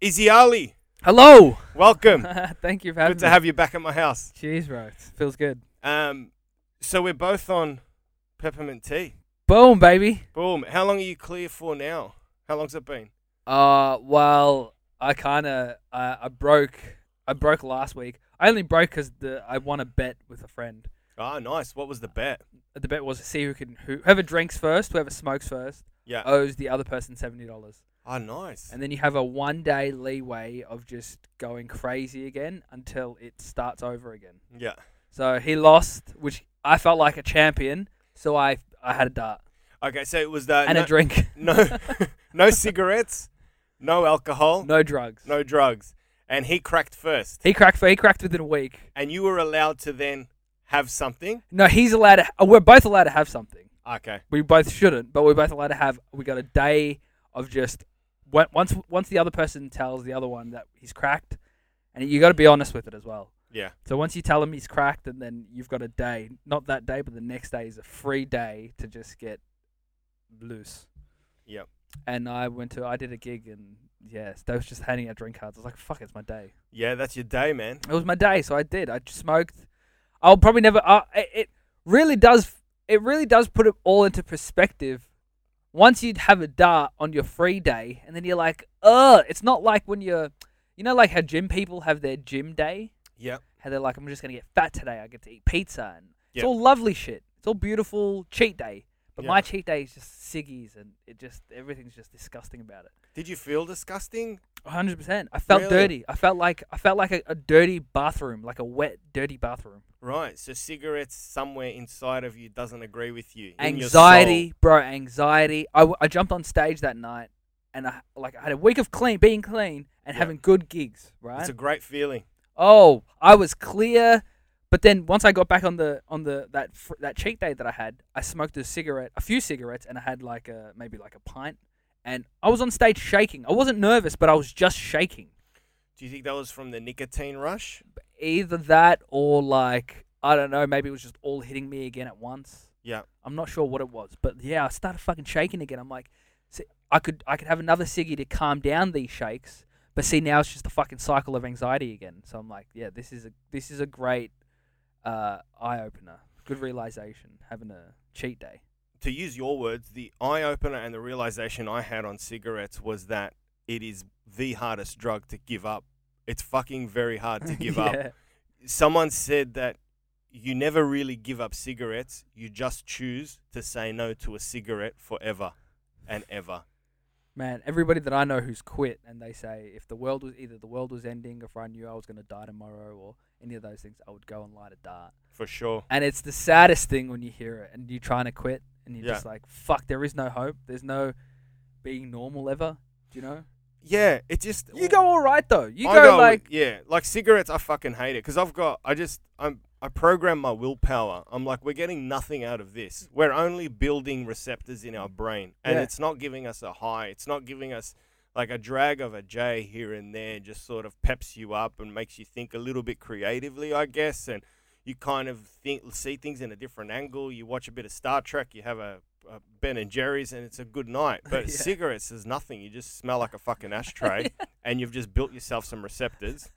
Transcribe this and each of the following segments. Izzy Ali, Hello. welcome. Thank you for having Good to me. have you back at my house. Cheers, bro. It feels good. Um, so we're both on peppermint tea. Boom, baby. Boom. How long are you clear for now? How long's it been? Uh, well, I kind of uh, I broke I broke last week. I only broke because the I won a bet with a friend. Ah, nice. What was the bet? The bet was to see who can who, whoever drinks first, whoever smokes first, Yeah. owes the other person seventy dollars, Ah, nice. Uh, and then you have a one day leeway of just going crazy again until it starts over again. Yeah. So he lost, which I felt like a champion. So I I had a dart Okay, so it was that. and Uh, no, a drink, no, no cigarettes, no alcohol, no drugs. no drugs, and he cracked first. He cracked. He cracked within a week. And you were allowed to then have something. No, he's allowed to. uh, We're both allowed to have something. Okay. We both shouldn't, but we're both allowed to have. We got a day of just when- once once the other person tells the other one that he's cracked, and you got to be honest with it as well. Yeah. So once you tell him he's cracked, and then you've got a day. Not that day, but the next day is a free day to just get loose. Yep. And I went to. I did a gig, and yes, they was just handing out drink cards. I was like, "Fuck, it's my day." Yeah, that's your day, man. It was my day, so I did. I just smoked. I'll probably never. Uh, it, it really does. It really does put it all into perspective. Once you'd have a dart on your free day, and then you're like, "Ugh!" It's not like when you're, you know, like how gym people have their gym day, Yep. how they're like, "I'm just gonna get fat today. I get to eat pizza." And Yeah. It's all lovely shit. It's all beautiful cheat day. But Yeah. my cheat day is just ciggies, and it just everything's just disgusting about it. Did you feel disgusting? A hundred percent. I felt Really? dirty. I felt like I felt like a, a dirty bathroom, like a wet, dirty bathroom. Right. So cigarettes somewhere inside of you doesn't agree with you. in your soul. Anxiety, bro. Anxiety. I, w- I jumped on stage that night, and I like I had a week of clean, being clean, and Yeah. having good gigs. Right. It's a great feeling. oh, I was clear, but then once I got back on the on the that fr- that cheat day that I had, I smoked a cigarette, a few cigarettes, and I had like a maybe like a pint, and I was on stage shaking. I wasn't nervous, but I was just shaking. Do you think that was from the nicotine rush? either that or like I don't know, maybe it was just all hitting me again at once. Yeah. I'm not sure what it was, but yeah, I started fucking shaking again. I'm like, see, I could I could have another ciggy to calm down these shakes, but see now it's just a fucking cycle of anxiety again. So I'm like, yeah, this is a this is a great uh, eye opener, good realization, having a cheat day. To use your words, the eye opener and the realization I had on cigarettes was that it is the hardest drug to give up. It's fucking very hard to give up. Yeah. Someone said that you never really give up cigarettes, you just choose to say no to a cigarette forever and ever. Man, everybody that I know who's quit and they say if the world was either the world was ending, if I knew I was going to die tomorrow, or any of those things, I would go and light a dart. For sure. And it's the saddest thing when you hear it and you're trying to quit and you're Yeah. just like, fuck, there is no hope. There's no being normal ever. Do you know? Yeah, it just You go all right though. You I go, with- like, yeah, like cigarettes. I fucking hate it because I've got I just I'm I program my willpower. I'm like we're getting nothing out of this. We're only building receptors in our brain, and Yeah. it's not giving us a high. It's not giving us like a drag of a J here and there. Just sort of peps you up and makes you think a little bit creatively, I guess, and you kind of think see things in a different angle. You watch a bit of Star Trek. You have a, a Ben and Jerry's, and it's a good night. But Yeah. cigarettes is nothing. You just smell like a fucking ashtray and you've just built yourself some receptors.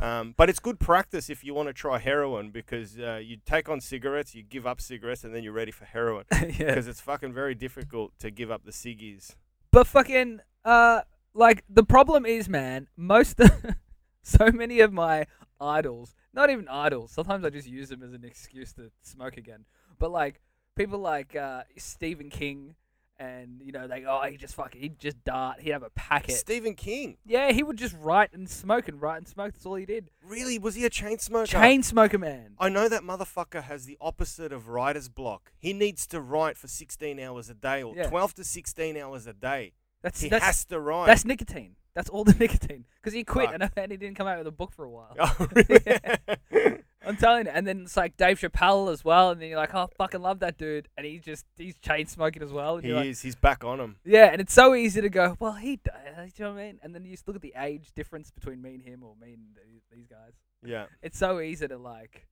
Um, but it's good practice if you want to try heroin because uh, you take on cigarettes, you give up cigarettes, and then you're ready for heroin yeah. because it's fucking very difficult to give up the ciggies. But fucking, uh, like the problem is, man, most, so many of my idols, not even idols. Sometimes I just use them as an excuse to smoke again. But like people like uh, Stephen King, and you know, like, oh, he just fucking, he'd just dart, he'd have a packet. Stephen King, Yeah, he would just write and smoke and write and smoke. That's all he did. really? Was he a chain smoker? Chain smoker man. I know that motherfucker has the opposite of writer's block. He needs to write for 16 hours a day or Yeah. 12 to 16 hours a day. That's He that's has to write. that's nicotine. That's all the nicotine. Because he quit Fuck. and, and he didn't come out with a book for a while. Oh, really? I'm telling you. And then it's like Dave Chappelle as well. And then you're like, oh, fucking love that dude. And he just he's chain smoking as well. And he you're like, is. He's back on him. yeah. And it's so easy to go, well, he does. Do you know what I mean? And then you just look at the age difference between me and him, or me and th- these guys. Yeah. It's so easy to like,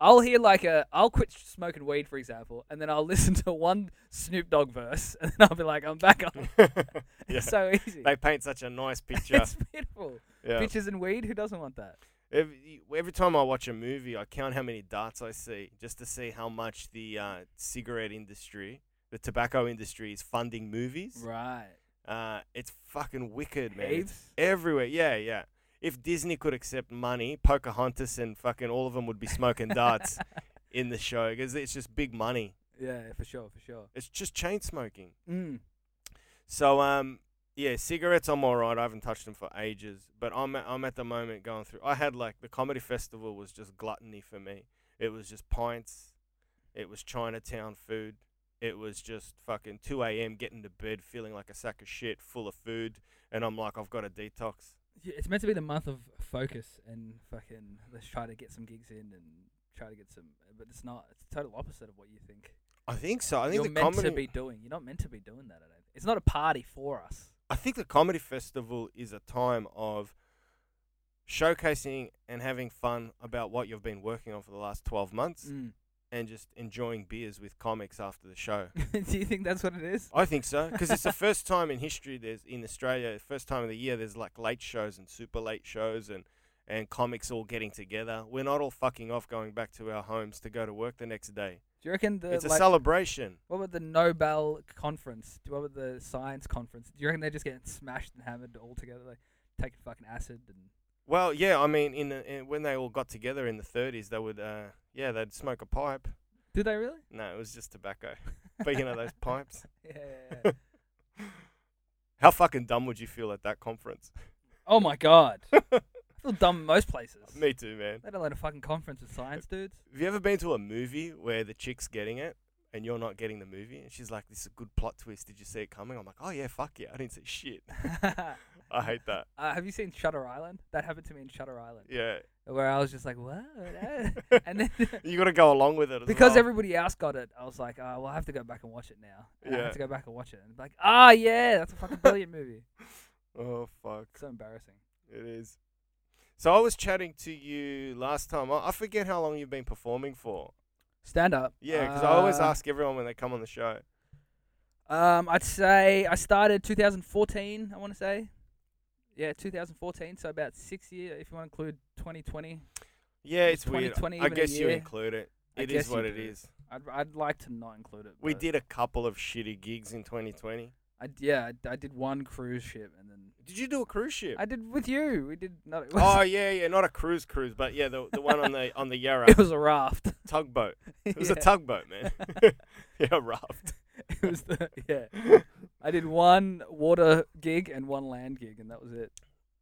I'll hear like a I'll quit smoking weed for example, and then I'll listen to one Snoop Dogg verse, and then I'll be like, I'm back on. yeah. It's so easy. they paint such a nice picture. it's beautiful. yeah. Bitches and weed. Who doesn't want that? Every, every time I watch a movie, I count how many darts I see just to see how much the uh, cigarette industry, the tobacco industry, is funding movies. Right. Uh, it's fucking wicked, man. It's Heaps. everywhere. Yeah, yeah. If Disney could accept money, Pocahontas and fucking all of them would be smoking darts in the show because it's just big money. Yeah, for sure, for sure. It's just chain smoking. Mm. So um yeah, cigarettes I'm alright. I haven't touched them for ages, but I'm I'm at the moment going through. I had like the comedy festival was just gluttony for me. It was just pints, it was Chinatown food, it was just fucking 2 a.m. getting to bed feeling like a sack of shit, full of food, and I'm like I've got a detox. Yeah, it's meant to be the month of focus and fucking let's try to get some gigs in and try to get some, but it's not. It's total opposite of what you think. I think so. I think You're the meant comedy. to be doing. You're not meant to be doing that. I don't. It's not a party for us. I think the comedy festival is a time of showcasing and having fun about what you've been working on for the last 12 months. Mm. and just enjoying beers with comics after the show. Do you think that's what it is? I think so because it's the first time in history there's in Australia, first time of the year there's like late shows and super late shows and and comics all getting together. We're not all fucking off going back to our homes to go to work the next day. Do you reckon the it's a Uh, like, celebration. what about the Nobel conference? Do what about the science conference? Do you reckon they're just getting smashed and hammered all together, like taking fucking acid and Well, yeah, I mean, in, the, in when they all got together in the 30s, they would, uh, yeah, they'd smoke a pipe. did they really? No, it was just tobacco. But you know those pipes. Yeah. yeah, yeah. How fucking dumb would you feel at that conference? oh my god. I feel dumb in most places. Me too, man. Let alone a fucking conference with science dudes. Have you ever been to a movie where the chick's getting it and you're not getting the movie? And she's like, this is a good plot twist. Did you see it coming? I'm like, oh, yeah, fuck yeah. I didn't see shit. uh, I hate that. have you seen Shutter Island? That happened to me in Shutter Island, Yeah. where I was just like, "What?" and then you got to go along with it. As because well. everybody else got it, I was like, "Oh, well, I have to go back and watch it now." And I Yeah. have to go back and watch it, and like, "Ah, yeah, that's a fucking brilliant movie." Oh, fuck. It's so embarrassing. It is. So I was chatting to you last time. I I forget how long you've been performing for. Stand up. Yeah, because I always Uh, ask everyone when they come on the show. Um, I'd say I started 2014. I want to say, yeah, 2014. So about six year, if you want to include 2020. Yeah, it's it's weird. 2020 I even a guess you year. include it. I It guess is you what it do. is. I'd I'd like to not include it. We but did a couple of shitty gigs in 2020. I, yeah, I, I did one cruise ship, and then Did you do a cruise ship? I did with you. We did not. It was, Oh yeah, yeah, not a cruise cruise, but yeah, the the one on the on the Yarra it was a raft. tugboat. It was a Yeah. tugboat, man. yeah, raft. it was the yeah. I did one water gig and one land gig, and that was it.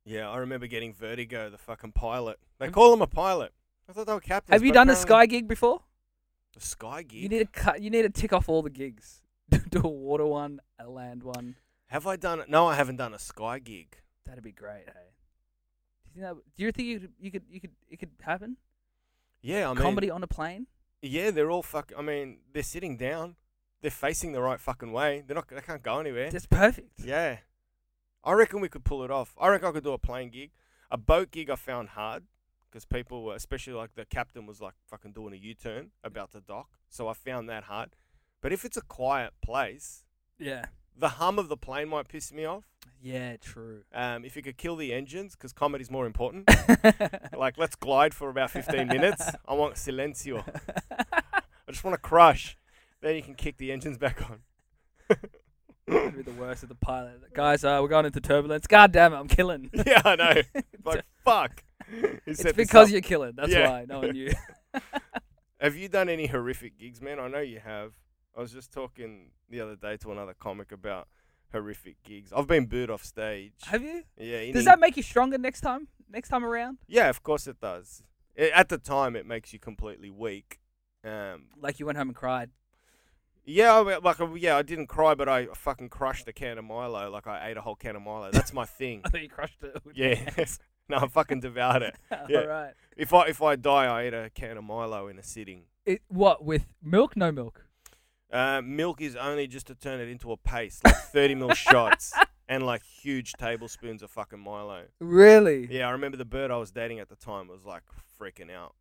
Yeah, I remember getting vertigo. The fucking pilot. They Have- call him a pilot. I thought they were captains. Have you but done a apparently- sky gig before? The sky gig. You need to cut. You need to tick off all the gigs. Do a water one, a land one. Have I done it? No, I haven't done a sky gig. That'd be great. Hey, do you think, that, do you, think you, could, you could you could it could happen? Yeah, I mean, Comedy on a plane. Yeah, they're all fuck. I mean, they're sitting down. They're facing the right fucking way. They're not. They can't go anywhere. That's perfect. Yeah. I reckon we could pull it off. I reckon I could do a plane gig. A boat gig I found hard because people were, especially like the captain was like fucking doing a U turn about to dock. So I found that hard. But if it's a quiet place, Yeah. the hum of the plane might piss me off. Yeah. True. Um, if you could kill the engines, because comedy's more important. like, let's glide for about 15 minutes. I want silencio. I just want to crush. Then you can kick the engines back on. That'd be the worst of the pilot. Guys, uh, we're going into turbulence. God damn it, I'm killing. yeah, I know. Like, fuck. Who it's set this because up? you're killing. That's Yeah. why no one knew. Have you done any horrific gigs, man? I know you have. I was just talking the other day to another comic about horrific gigs. I've been booed off stage. Have you? yeah, any- Does that make you stronger next time? Next time around? yeah, of course it does. I at the time, it makes you completely weak. Um, Like you went home and cried. yeah, I, wa- like uh, yeah, I didn't cry, but I fucking crushed a can of Milo. Like I ate a whole can of Milo. That's my thing. I thought you crushed it. with your yeah, no, I fucking devoured it. hand. yeah. All right. If I if I die, I eat a can of Milo in a sitting. It, what with milk? No milk. Uh, milk is only just to turn it into a paste, like 30 mil shots and like huge tablespoons of fucking Milo. Really? Yeah, I remember the bird I was dating at the time was like freaking out.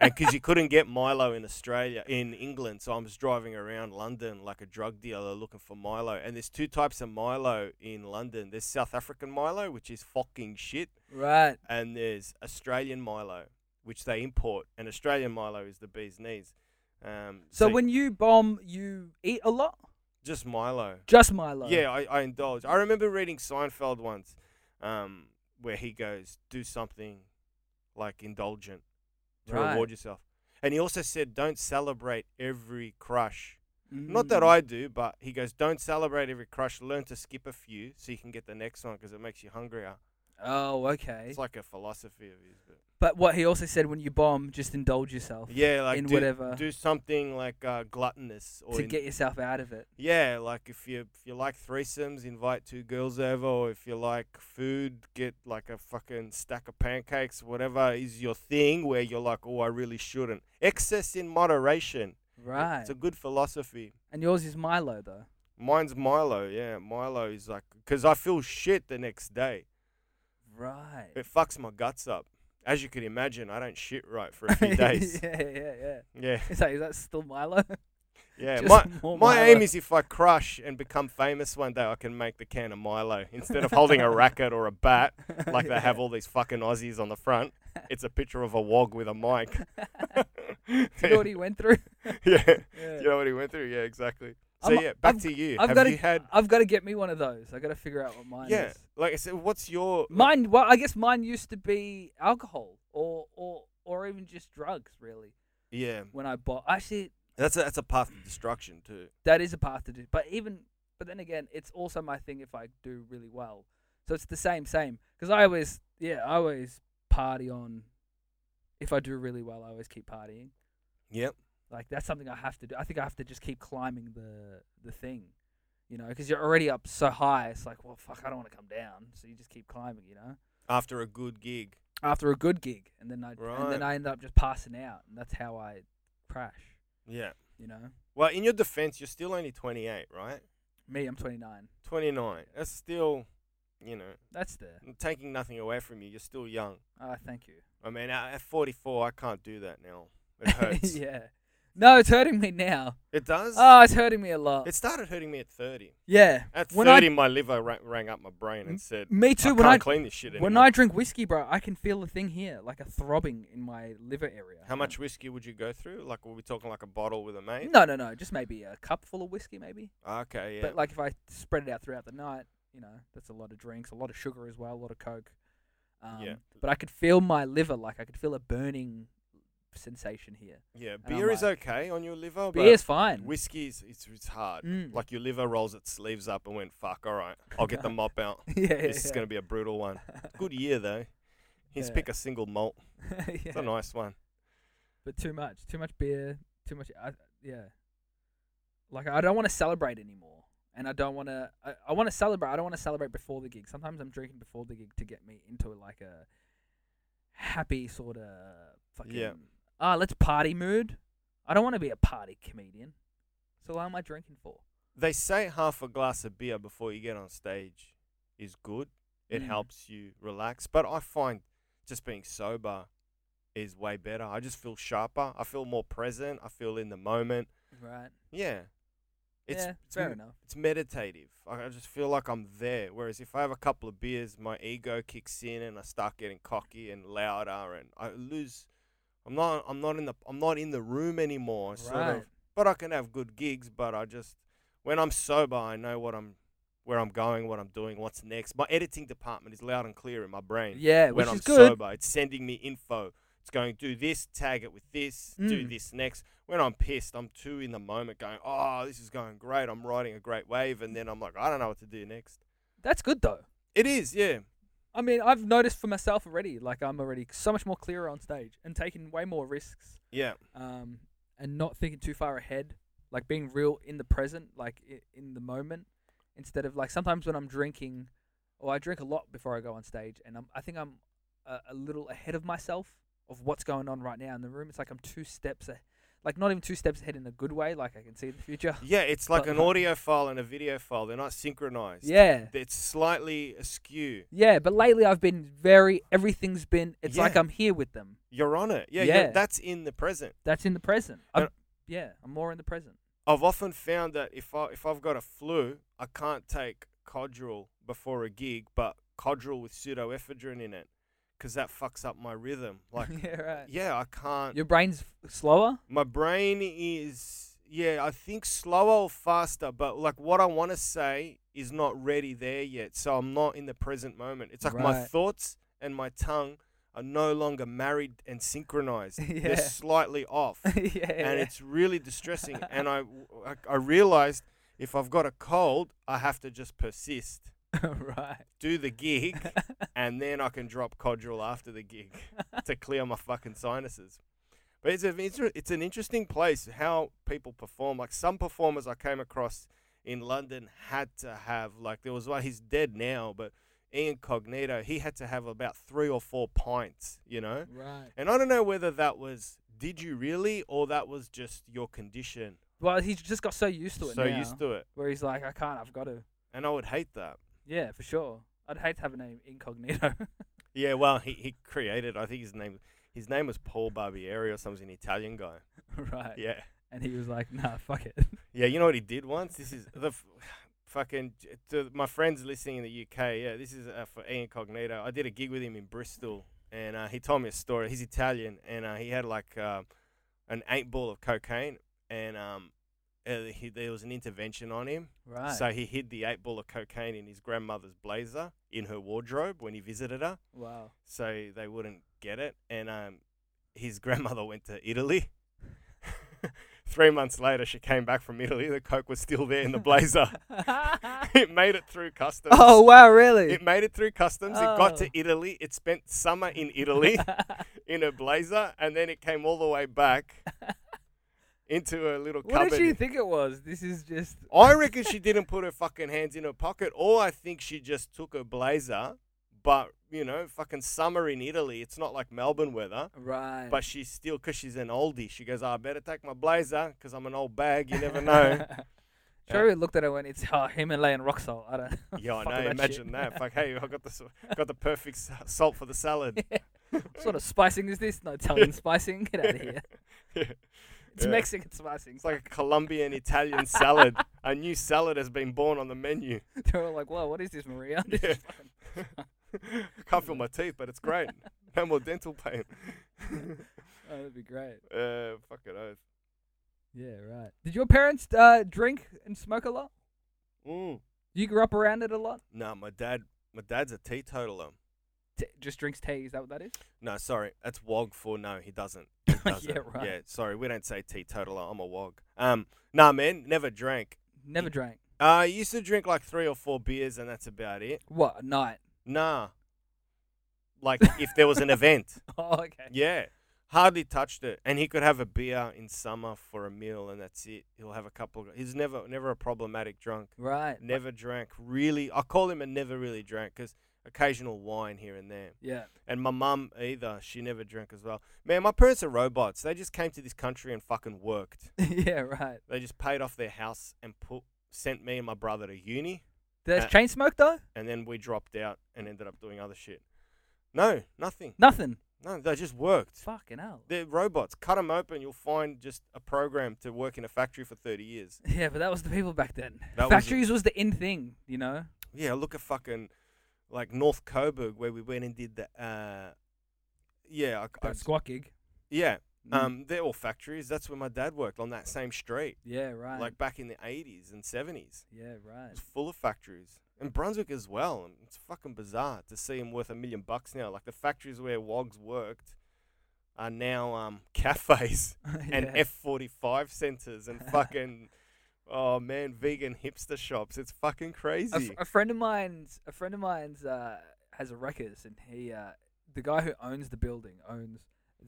and because you couldn't get Milo in Australia, in England, so I was driving around London like a drug dealer looking for Milo. And there's two types of Milo in London. There's South African Milo, which is fucking shit, Right. and there's Australian Milo, which they import. And Australian Milo is the bee's knees. Um, So, when you bomb, you eat a lot. just Milo. Just Milo. Yeah, I, I indulge. I remember reading Seinfeld once, um, where he goes, "Do something like indulgent to Right. reward yourself." And he also said, "Don't celebrate every crush." Mm. Not that I do, but he goes, "Don't celebrate every crush. Learn to skip a few so you can get the next one because it makes you hungrier." Oh, okay. It's like a philosophy of his. But But what he also said when you bomb, just indulge yourself yeah, like in do, whatever do something like uh, gluttonous or to in- get yourself out of it. Yeah, like if you if you like threesomes, invite two girls over, or if you like food, get like a fucking stack of pancakes, whatever is your thing where you're like, Oh, I really shouldn't. Excess in moderation. Right. It's a good philosophy. and yours is Milo though. Mine's Milo, yeah. Milo is like because I feel shit the next day. Right. It fucks my guts up. As you can imagine, I don't shit right for a few days. yeah, yeah, yeah. yeah, It's like, is that still Milo? yeah. Just My, more my Oh, Milo. aim is if I crush and become famous one day, I can make the can of Milo instead of holding a racket or a bat. like they have all these fucking Aussies on the front. It's a picture of a wog with a mic. You know what he went through? yeah. Yeah. You know what he went through? Yeah, exactly. So I'm- yeah, back I've- to you. I've have gotta- you had I've got to get me one of those. I got to figure out what mine Yeah. is. Like I said, what's your Mine, well, I guess mine used to be alcohol or or or even just drugs, really. Yeah. When I bought, actually, That's a that's a path to destruction too. that is a path to do. But even, but then again, it's also my thing if I do really well. So it's the same, same. Because I always, yeah, I always party on. If I do really well, I always keep partying. Yep. Like that's something I have to do. I think I have to just keep climbing the the thing, you know, because you're already up so high. It's like, well, fuck, I don't want to come down. So you just keep climbing, you know. After a good gig. After a good gig, and then I and Right. then I end up just passing out, and that's how I crash, Yeah. you know. Well, in your defense, you're still only twenty eight, right? Me, I'm 29. Twenty nine. That's still you know, That's there. taking nothing away from you, you're still young. Ah, thank you. I mean, at at 44, I can't do that now. It hurts. yeah. No, it's hurting me now. It does. Oh, it's hurting me a lot. It started hurting me at 30. yeah. At When 30, my liver rang, rang up my brain M- and said, Me I too. can't When I clean this shit anymore. when I drink whiskey, bro, I can feel a thing here, like a throbbing in my liver area. How much whiskey would you go through? Like, were we talking like a bottle with a mate? No, no, no. Just maybe a cup full of whiskey, maybe. Okay, yeah. But like, if I spread it out throughout the night, you know, that's a lot of drinks, a lot of sugar as well, a lot of coke. Um, Yeah. But I could feel my liver, like I could feel a burning sensation here. yeah, I'm beer is like- okay on your liver, but Beer's fine. whiskey's it's, it's hard. Mm. Like, your liver rolls its sleeves up and went, fuck, all right, I'll get the mop out. yeah, yeah, This is yeah. going to be a brutal one. Good year, though. He's Yeah. pick a single malt. It's yeah. a nice one. but too much, too much beer, too much. I, yeah, like I don't want to celebrate anymore, and I don't want to. I, I want to celebrate. I don't want to celebrate before the gig. Sometimes I'm drinking before the gig to get me into like a happy sort of fucking. Yeah. Ah, let's party mood. I don't want to be a party comedian, so why am I drinking for? they say half a glass of beer before you get on stage is good. It Mm. helps you relax. But I find just being sober is way better. I just feel sharper. I feel more present. I feel in the moment. Right. Yeah. It's, yeah. it's, fair m- enough. it's meditative. I I just feel like I'm there. Whereas if I have a couple of beers, my ego kicks in and I start getting cocky and louder, and I lose. I'm not. I'm not in the. I'm not in the room anymore. I Sort Right. of but I can have good gigs. But I just, when I'm sober, I know what I'm, where I'm going, what I'm doing, what's next. My editing department is loud and clear in my brain. Yeah, when which I'm is good. sober, it's sending me info. It's going do this, tag it with this, do Mm. this next. When I'm pissed, I'm too in the moment, going, oh, this is going great. I'm riding a great wave, and then I'm like, I don't know what to do next. That's good though. It is, yeah, I mean, I've noticed for myself already. Like I'm already so much more clearer on stage and taking way more risks. yeah, um, and not thinking too far ahead, like being real in the present, like i- in the moment, instead of like sometimes when I'm drinking, or I drink a lot before I go on stage, and I'm, I think I'm a, a little ahead of myself of what's going on right now in the room. It's like I'm two steps, a, like not even two steps ahead in a good way. Like I can see the future. Yeah, it's like But- an audio file and a video file. They're not synchronized. Yeah. It's slightly askew. Yeah, but lately I've been very everything's been it's like Yeah. I'm here with them. You're on it. Yeah, yeah. Yeah. That's in the present. That's in the present. I'm- And- yeah, I'm more in the present. I've often found that if I if I've got a flu, I can't take Codral before a gig, but Codral with pseudoephedrine in it, because that fucks up my rhythm. Like, yeah, right. yeah, I can't. Your brain's f- slower? My brain is yeah, I think slower or faster, but like what I want to say is not ready there yet, so I'm not in the present moment. It's like my Right. thoughts and my tongue are no longer married and synchronized. Yeah. They're slightly off yeah. and it's really distressing. and I, I, I realized if I've got a cold, I have to just persist, right. do the gig, and then I can drop Codral after the gig to clear my fucking sinuses. But it's, a, it's, a- it's an interesting place how people perform. Like some performers I came across in London had to have, like, there was one, he's dead now, but Ian Cognito, he had to have about three or four pints, you know? Right. And I don't know whether that was did you really or that was just your condition. Well, he's just got so used to it So now, used to it. where he's like, I can't, I've got to. And I would hate that. Yeah, for sure. I'd hate to have a name incognito. Yeah, well he, he created I think his name his name was Paul Barbieri or something, an Italian guy. right. Yeah. And he was like, nah, fuck it. Yeah, you know what he did once? This is the f- fucking to my friends listening in the UK. Yeah, this is uh, for Ian Cognito. I did a gig with him in Bristol, and uh, he told me a story. He's Italian, and uh, he had like um an eight ball of cocaine, and um, uh, he, there was an intervention on him. Right. So he hid the eight ball of cocaine in his grandmother's blazer in her wardrobe when he visited her, wow. so they wouldn't get it. And um, his grandmother went to Italy. Three months later, she came back from Italy. The coke was still there in the blazer. it made it through customs. oh, wow, really? It made it through customs. It got to Oh. Italy. It spent summer in Italy in a blazer, and then it came all the way back into a little what cupboard. did you think it was? This is just. I reckon she didn't put her fucking hands in her pocket, or I think she just took her blazer. But you know, fucking summer in Italy, it's not like Melbourne weather. Right. But she's still, cause she's an oldie. She goes, "Oh, "I better take my blazer, cause I'm an old bag. You never know." Sure, we looked at it when it's uh, Himalayan rock salt. I don't. yeah, I fuck know. with that shit. Imagine that. Like, hey, I got the s- got the perfect s- salt for the salad. What sort of spicing is this? No Italian spicing. Get out of here. It's Yeah. Mexican spicing. It's like a Colombian Italian salad. A new salad has been born on the menu. They're all like, "Whoa, what is this, Maria?" This Yeah. is fucking- I can't feel my teeth, but it's great. No more dental pain. oh, that'd be great. Uh, fucking oath. Yeah, right. Did your parents uh, drink and smoke a lot? Mm. You grew up around it a lot. No, my dad. My dad's a teetotaler. T- just drinks tea. Is that what that is? No, sorry, that's wog for no. He doesn't. He doesn't. Yeah, right. Yeah, sorry, we don't say teetotaler. I'm a wog. Um, nah, man, never drank. Never Ye- drank. Uh, I used to drink like three or four beers, and that's about it. What a night? Nah. Like if there was an event, Oh, okay. yeah, hardly touched it. And he could have a beer in summer for a meal, and that's it. He'll have a couple. Of, he's never, never a problematic drunk. Right. Never drank. Really, I call him a never really drank because occasional wine here and there. Yeah. And my mum either. She never drank as well. Man, my parents are robots. They just came to this country and fucking worked. yeah. Right. They just paid off their house and put sent me and my brother to uni, Does Uh, chain smoke though? and then we dropped out and ended up doing other shit. No, nothing. Nothing. No, they just worked. Fucking hell. They're robots. Cut them open, you'll find just a program to work in a factory for 30 years. Yeah, but that was the people back then. That was- Factories was, the in thing, you know. Yeah, look at fucking like North Coburg where we went and did the uh yeah, I, I, That squat gig. yeah. Mm. Um, they're all factories. That's where my dad worked on that same street. yeah, right. like back in the 80s and 70s. yeah, right. It's full of factories. And Brunswick as well. And it's fucking bizarre to see them worth a million bucks now. Like the factories where Wogs worked are now um, cafes and Yeah. F45 centers and fucking, oh man, vegan hipster shops. It's fucking A f- crazy. a friend of mine's a friend of mine's uh, has a records, and he uh, the guy who owns the building owns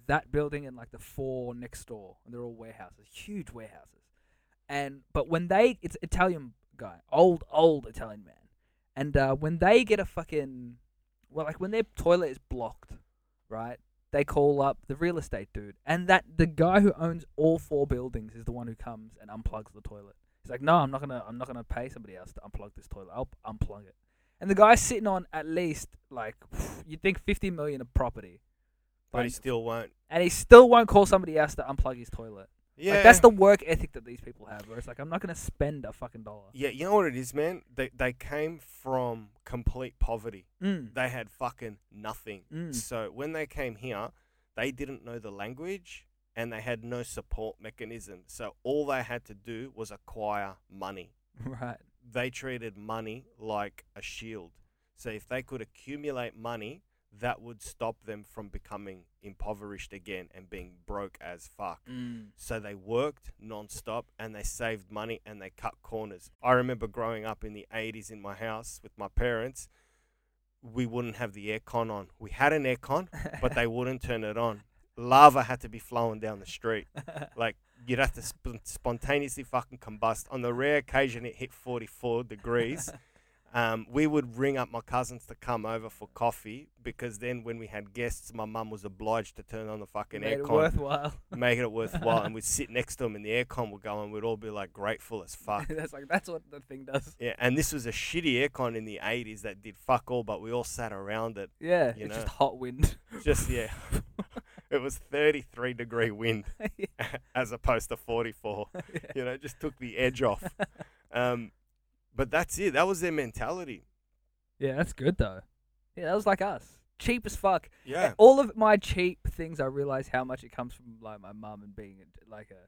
that building and like the four next door, and they're all warehouses, huge warehouses. And but when they, it's Italian guy, old old Italian man, and uh, when they get a fucking well, like when their toilet is blocked, right? they call up the real estate dude, and that the guy who owns all four buildings is the one who comes and unplugs the toilet. He's like, "No, I'm not gonna, I'm not gonna pay somebody else to unplug this toilet. I'll unplug it." And the guy's sitting on at least like you'd think fifty million of property, but he Like, still won't. and he still won't call somebody else to unplug his toilet. Yeah, Like that's the work ethic that these people have, where it's like, I'm not gonna spend a fucking dollar. yeah. You know what it is, man? They they came from complete poverty. Mm. They had fucking nothing. Mm. So when they came here, they didn't know the language and they had no support mechanism. So all they had to do was acquire money. Right. They treated money like a shield. So if they could accumulate money, that would stop them from becoming impoverished again and being broke as fuck. Mm. So they worked nonstop and they saved money and they cut corners. I remember growing up in the 80s in my house with my parents, we wouldn't have the aircon on. We had an aircon, but they wouldn't turn it on. Lava had to be flowing down the street. Like you'd have to sp- spontaneously fucking combust. On the rare occasion it hit 44 degrees, um, we would ring up my cousins to come over for coffee because then when we had guests, my mum was obliged to turn on the fucking Made it aircon worthwhile. making it worthwhile. and we'd sit next to him, and the aircon would go, and we'd all be like grateful as fuck. that's like that's what the thing does. yeah, and this was a shitty aircon in the '80s that did fuck all, but we all sat around it. Yeah, You it's know. just hot wind. Just yeah, it was 33 degree wind Yeah. as opposed to 44. You know, it just took the edge off. Um, but that's it. That was their mentality. yeah, that's good though. Yeah, that was like us. Cheap as fuck. Yeah. All of my cheap things, I realize how much it comes from like my mum and being like a,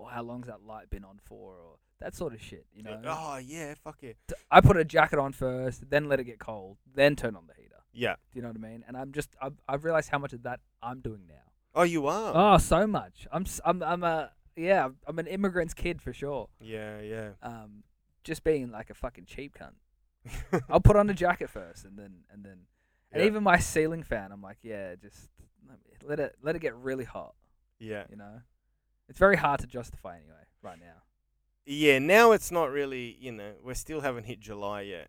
or how long's that light been on for, or that sort of shit. You know, Oh yeah, fuck yeah. T- I put a jacket on first, then let it get cold, then turn on the heater. Yeah. Do you know what I mean? And I'm just I've, I've realized how much of that I'm doing now. Oh, you are. Oh, so much. I'm s- I'm I'm a yeah I'm- I'm an immigrant's kid for sure. Yeah, yeah. Um, just being like a fucking cheap cunt. I'll put on a jacket first, and then and then and Yeah. even my ceiling fan. I'm like, yeah, just let, me, let it let it get really hot. yeah. You know, it's very hard to justify anyway right now. Yeah, now it's not really, you know, we still haven't hit July yet.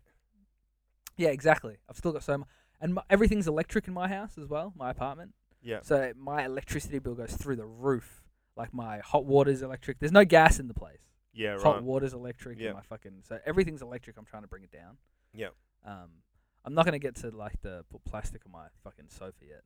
Yeah, exactly. I've still got so much, and my, everything's electric in my house as well. My apartment. Yeah. So my electricity bill goes through the roof. Like my hot water's electric. There's no gas in the place. Yeah, right. Hot water's electric. Yeah. And my fucking so everything's electric. I'm trying to bring it down. Yeah. Um, I'm not gonna get to like the put plastic on my fucking sofa yet.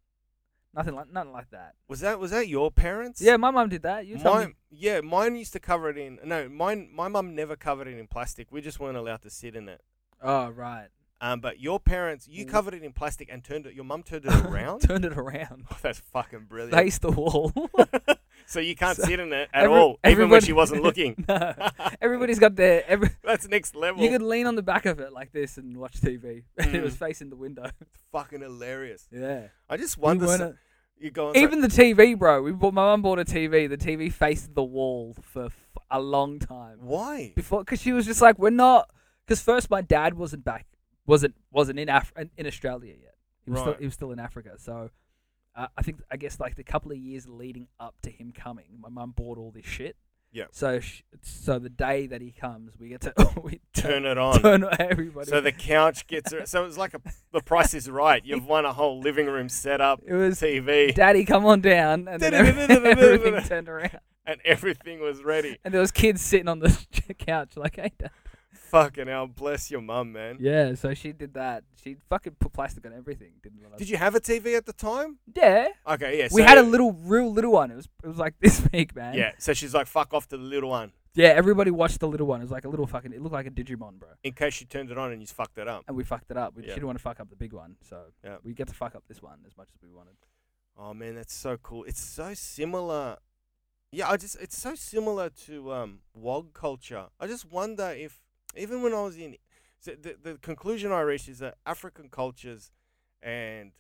Nothing like nothing like that. Was that was that your parents? Yeah, my mum did that. You told me. Mine, yeah, mine used to cover it in. No, mine, my mum never covered it in plastic. We just weren't allowed to sit in it. Oh right. Um, but your parents, you Mm. covered it in plastic and turned it. Your mum turned it around. Turned it around. Oh, that's fucking brilliant. Face the wall. so you can't So sit in it at Every- all, even when everybody- she wasn't looking. no. Everybody's got their every. that's next level. You could lean on the back of it like this and watch TV. And it Mm. was facing the window. fucking hilarious. Yeah. I just We wonder. weren't so- a- you go on. sorry. Even the TV, bro. We bought, my mum bought a TV. The TV faced the wall for f- a long time why? before, because she was just like, "We're not." Because first, my dad wasn't back, wasn't wasn't in Af- in- in Australia yet. He was Right. still he was still in Africa. So, uh, I think I guess like the couple of years leading up to him coming, my mum bought all this shit. Yeah. So sh- so the day that he comes, we get to we turn Turn it on. turn everybody. so the couch gets. her- So it's like a, the Price is Right. You've won a whole living room setup, it was TV, daddy, come on down, and then every- everything turned around. and everything was ready. And there was kids sitting on the couch like, hey, Dad." Fucking hell, bless your mum, man. Yeah, so she did that. She fucking put plastic on everything, didn't realize. Did you have a TV at the time? yeah. Okay, yeah. we so- had a little, real little one. It was, it was like this big, man. Yeah, so she's like, "Fuck off to the little one," Yeah, everybody watched the little one. It was like a little fucking, it looked like a Digimon, bro. in case she turned it on and you fucked it up. And we fucked it up. We, Yeah. She didn't want to fuck up the big one, so Yeah. we get to fuck up this one as much as we wanted. Oh man, that's so cool. It's so similar. Yeah, I just it's so similar to um wog culture. I just wonder if even when I was in so the the conclusion I reached is that African cultures and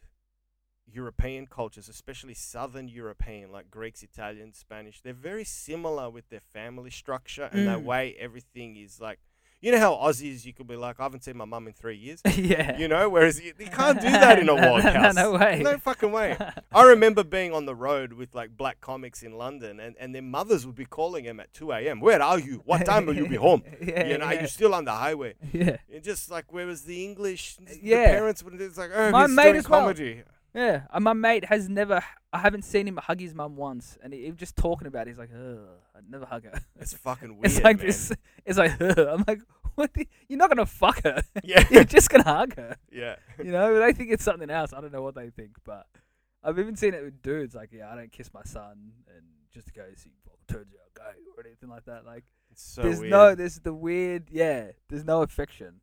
European cultures, especially Southern European, like Greeks, Italians, Spanish, they're very similar with their family structure and the Mm. way everything is like. You know how Aussies, you could be like, I haven't seen my mum in three years. yeah. You know, whereas you, you can't do that in a No, no, wog no, house. no way. No fucking way. I remember being on the road with like black comics in London, and, and their mothers would be calling them at 2 a.m. Where are you? What time will you be home? yeah, you know, are yeah. you still on the highway? yeah. And just like, whereas the English, the Uh, Yeah. parents would, it's like, oh, My he's mate doing as well. comedy. Yeah, and my mate has never. I haven't seen him hug his mum once, and he, he was just talking about. it. He's like, "Ugh, I'd never hug her." It's fucking weird. it's like man. this. It's like, Ugh. I'm like, what? The, you're not gonna fuck her. You're Yeah. just gonna hug her. yeah. You know, they think it's something else. I don't know what they think, but I've even seen it with dudes. Like, yeah, I don't kiss my son, and just in case he turns out gay or anything like that. Like, It's so there's weird. no, there's the weird. Yeah, there's no affection.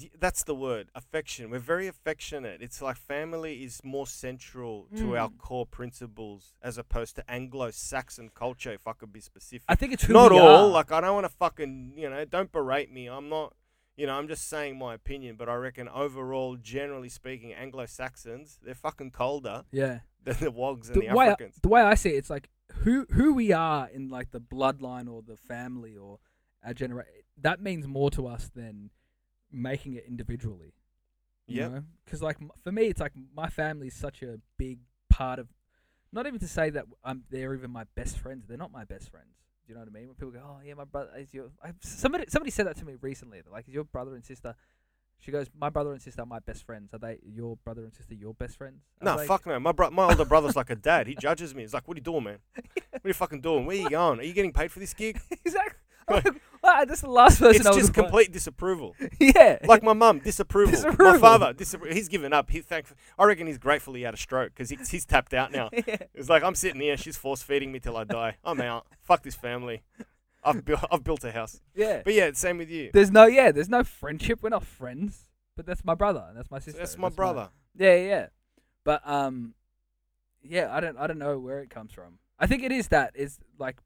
Y- that's the word affection we're very affectionate it's like family is more central to our Mm. core principles as opposed to anglo-saxon culture if i could be specific I think it's who not we all are. like i don't want to fucking you know don't berate me i'm not you know i'm just saying my opinion but i reckon overall generally speaking anglo-saxons they're fucking colder yeah. than the wogs and the the way I, africans the way I see it, it's like who who we are in like the bloodline or the family or our generation. That means more to us than making it individually. Yep. Yeah. Because like m- for me, it's like my family's such a big part of. Not even to say that I'm they're even my best friends. They're not my best friends. Do you know what I mean? When people go, "Oh yeah, my brother is your," I, somebody somebody said that to me recently. They're like, "Is your brother and sister?" She goes, "My brother and sister are my best friends. Are they your brother and sister your best friends?" I no was like, fuck no my bro- my older brother's like a dad he judges me he's like what are you doing man what are you fucking doing where are you going are you getting paid for this gig Exactly. wow, that's the last person it's I was just gonna- complete disapproval Yeah. like my mum, disapproval. My Disapproval. father, disappro- he's given up. He thank- I reckon he's grateful he had a stroke because he, he's tapped out now. yeah. It's like I'm sitting here, she's force feeding me till I die. I'm out. Fuck this family. I've built, I've built a house. yeah. But yeah, same with you. There's no yeah, there's no friendship. We're not friends. But that's my brother and that's my sister. That's and my brother. Yeah, yeah, yeah. But um yeah, I don't I don't know where it comes from. I think it is that is like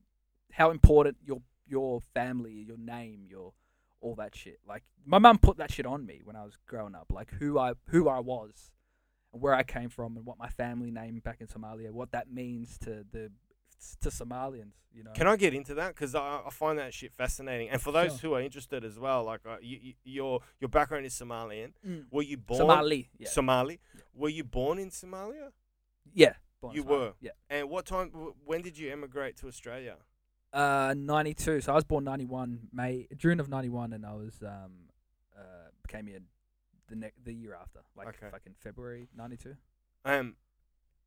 how important your your family, your name, your all that shit. Like my mum put that shit on me when I was growing up, like who I who I was and where I came from and what my family name back in Somalia, what that means to the to Somalians, you know. Can I get into that? Because I, I find that shit fascinating. And for those Sure. who are interested as well, like uh, you, you, your your background is Somalian. Mm. Were you born Somali. Yeah. Somali? Were you born in Somalia? yeah. born in You Somalia, were. Yeah. And what time? w- When did you emigrate to Australia? Uh, 92. So I was born 91, May, June of 91, and I was, um, uh, became here the ne- the year after, like Okay. fucking February 92. Um,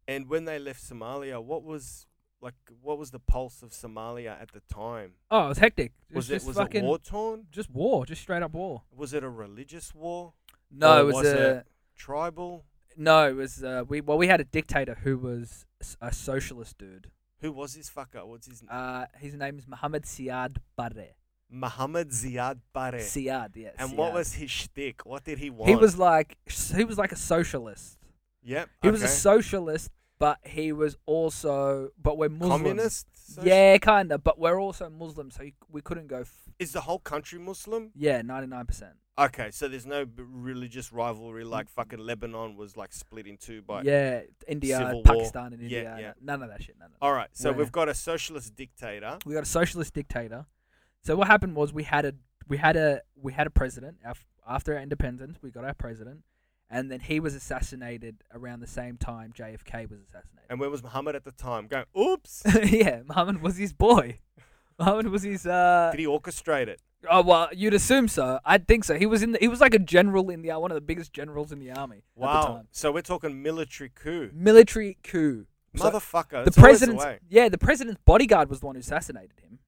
and when they left Somalia, what was like? What was the pulse of Somalia at the time? Oh, it was hectic. It Was it just was fucking, it war torn? Just war, just straight up war. Was it a religious war? No, Or it was, was a, Tribal? no, it was, uh, we, well, we had a dictator who was s- a socialist dude. Who was this fucker? What's his name? Uh, his name is Mohammed Siad Barre. Muhammad Ziad Barre. Siad, yes. Eh. and what was his shtick? What did he want? He was like, he was like a socialist. yep. He was a okay. socialist, but he was also, but we're Muslim. communist. soci- Yeah, kind of, but we're also Muslim, so you- we couldn't go. F- Is the whole country Muslim? yeah, ninety nine percent. Okay, so there's no b- religious rivalry like fucking Lebanon was like split in two by Yeah, India, Civil war. Pakistan, and Yeah, India, yeah. none of that shit. None of that. All right, so Yeah. we've got a socialist dictator. We got a socialist dictator. So what happened was we had a we had a we had a president af- after our independence. We got our president, and then he was assassinated around the same time JFK was assassinated. And where was Muhammad at the time? Going, oops. yeah, Muhammad was his boy. Muhammad was his. Uh, Did he orchestrate it? oh well, you'd assume so. I think so. He was in. The, he was like a general in the one of the biggest generals in the army at the Wow. time. So we're talking military coup. Military coup. So, Motherfucker. the it's always president's way. yeah, the president's bodyguard was the one who assassinated him.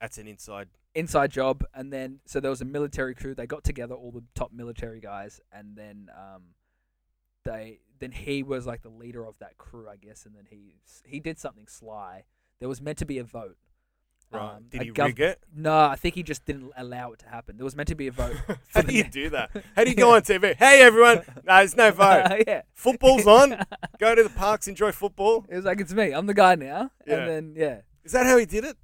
That's an inside. Inside job, and then so there was a military coup. They got together all the top military guys, and then um, they then he was like the leader of that crew, I guess. And then he he did something sly. There was meant to be a vote. Right. Um, Did a he gov- rig it? No, I think he just didn't allow it to happen. There was meant to be a vote. How for the do you ne- do that? How do you go on TV? Hey, everyone. No, there's no vote. yeah. Football's on. Go to the parks, enjoy football. It was like it's me. I'm the guy now. Yeah. And then yeah. Is that how he did it?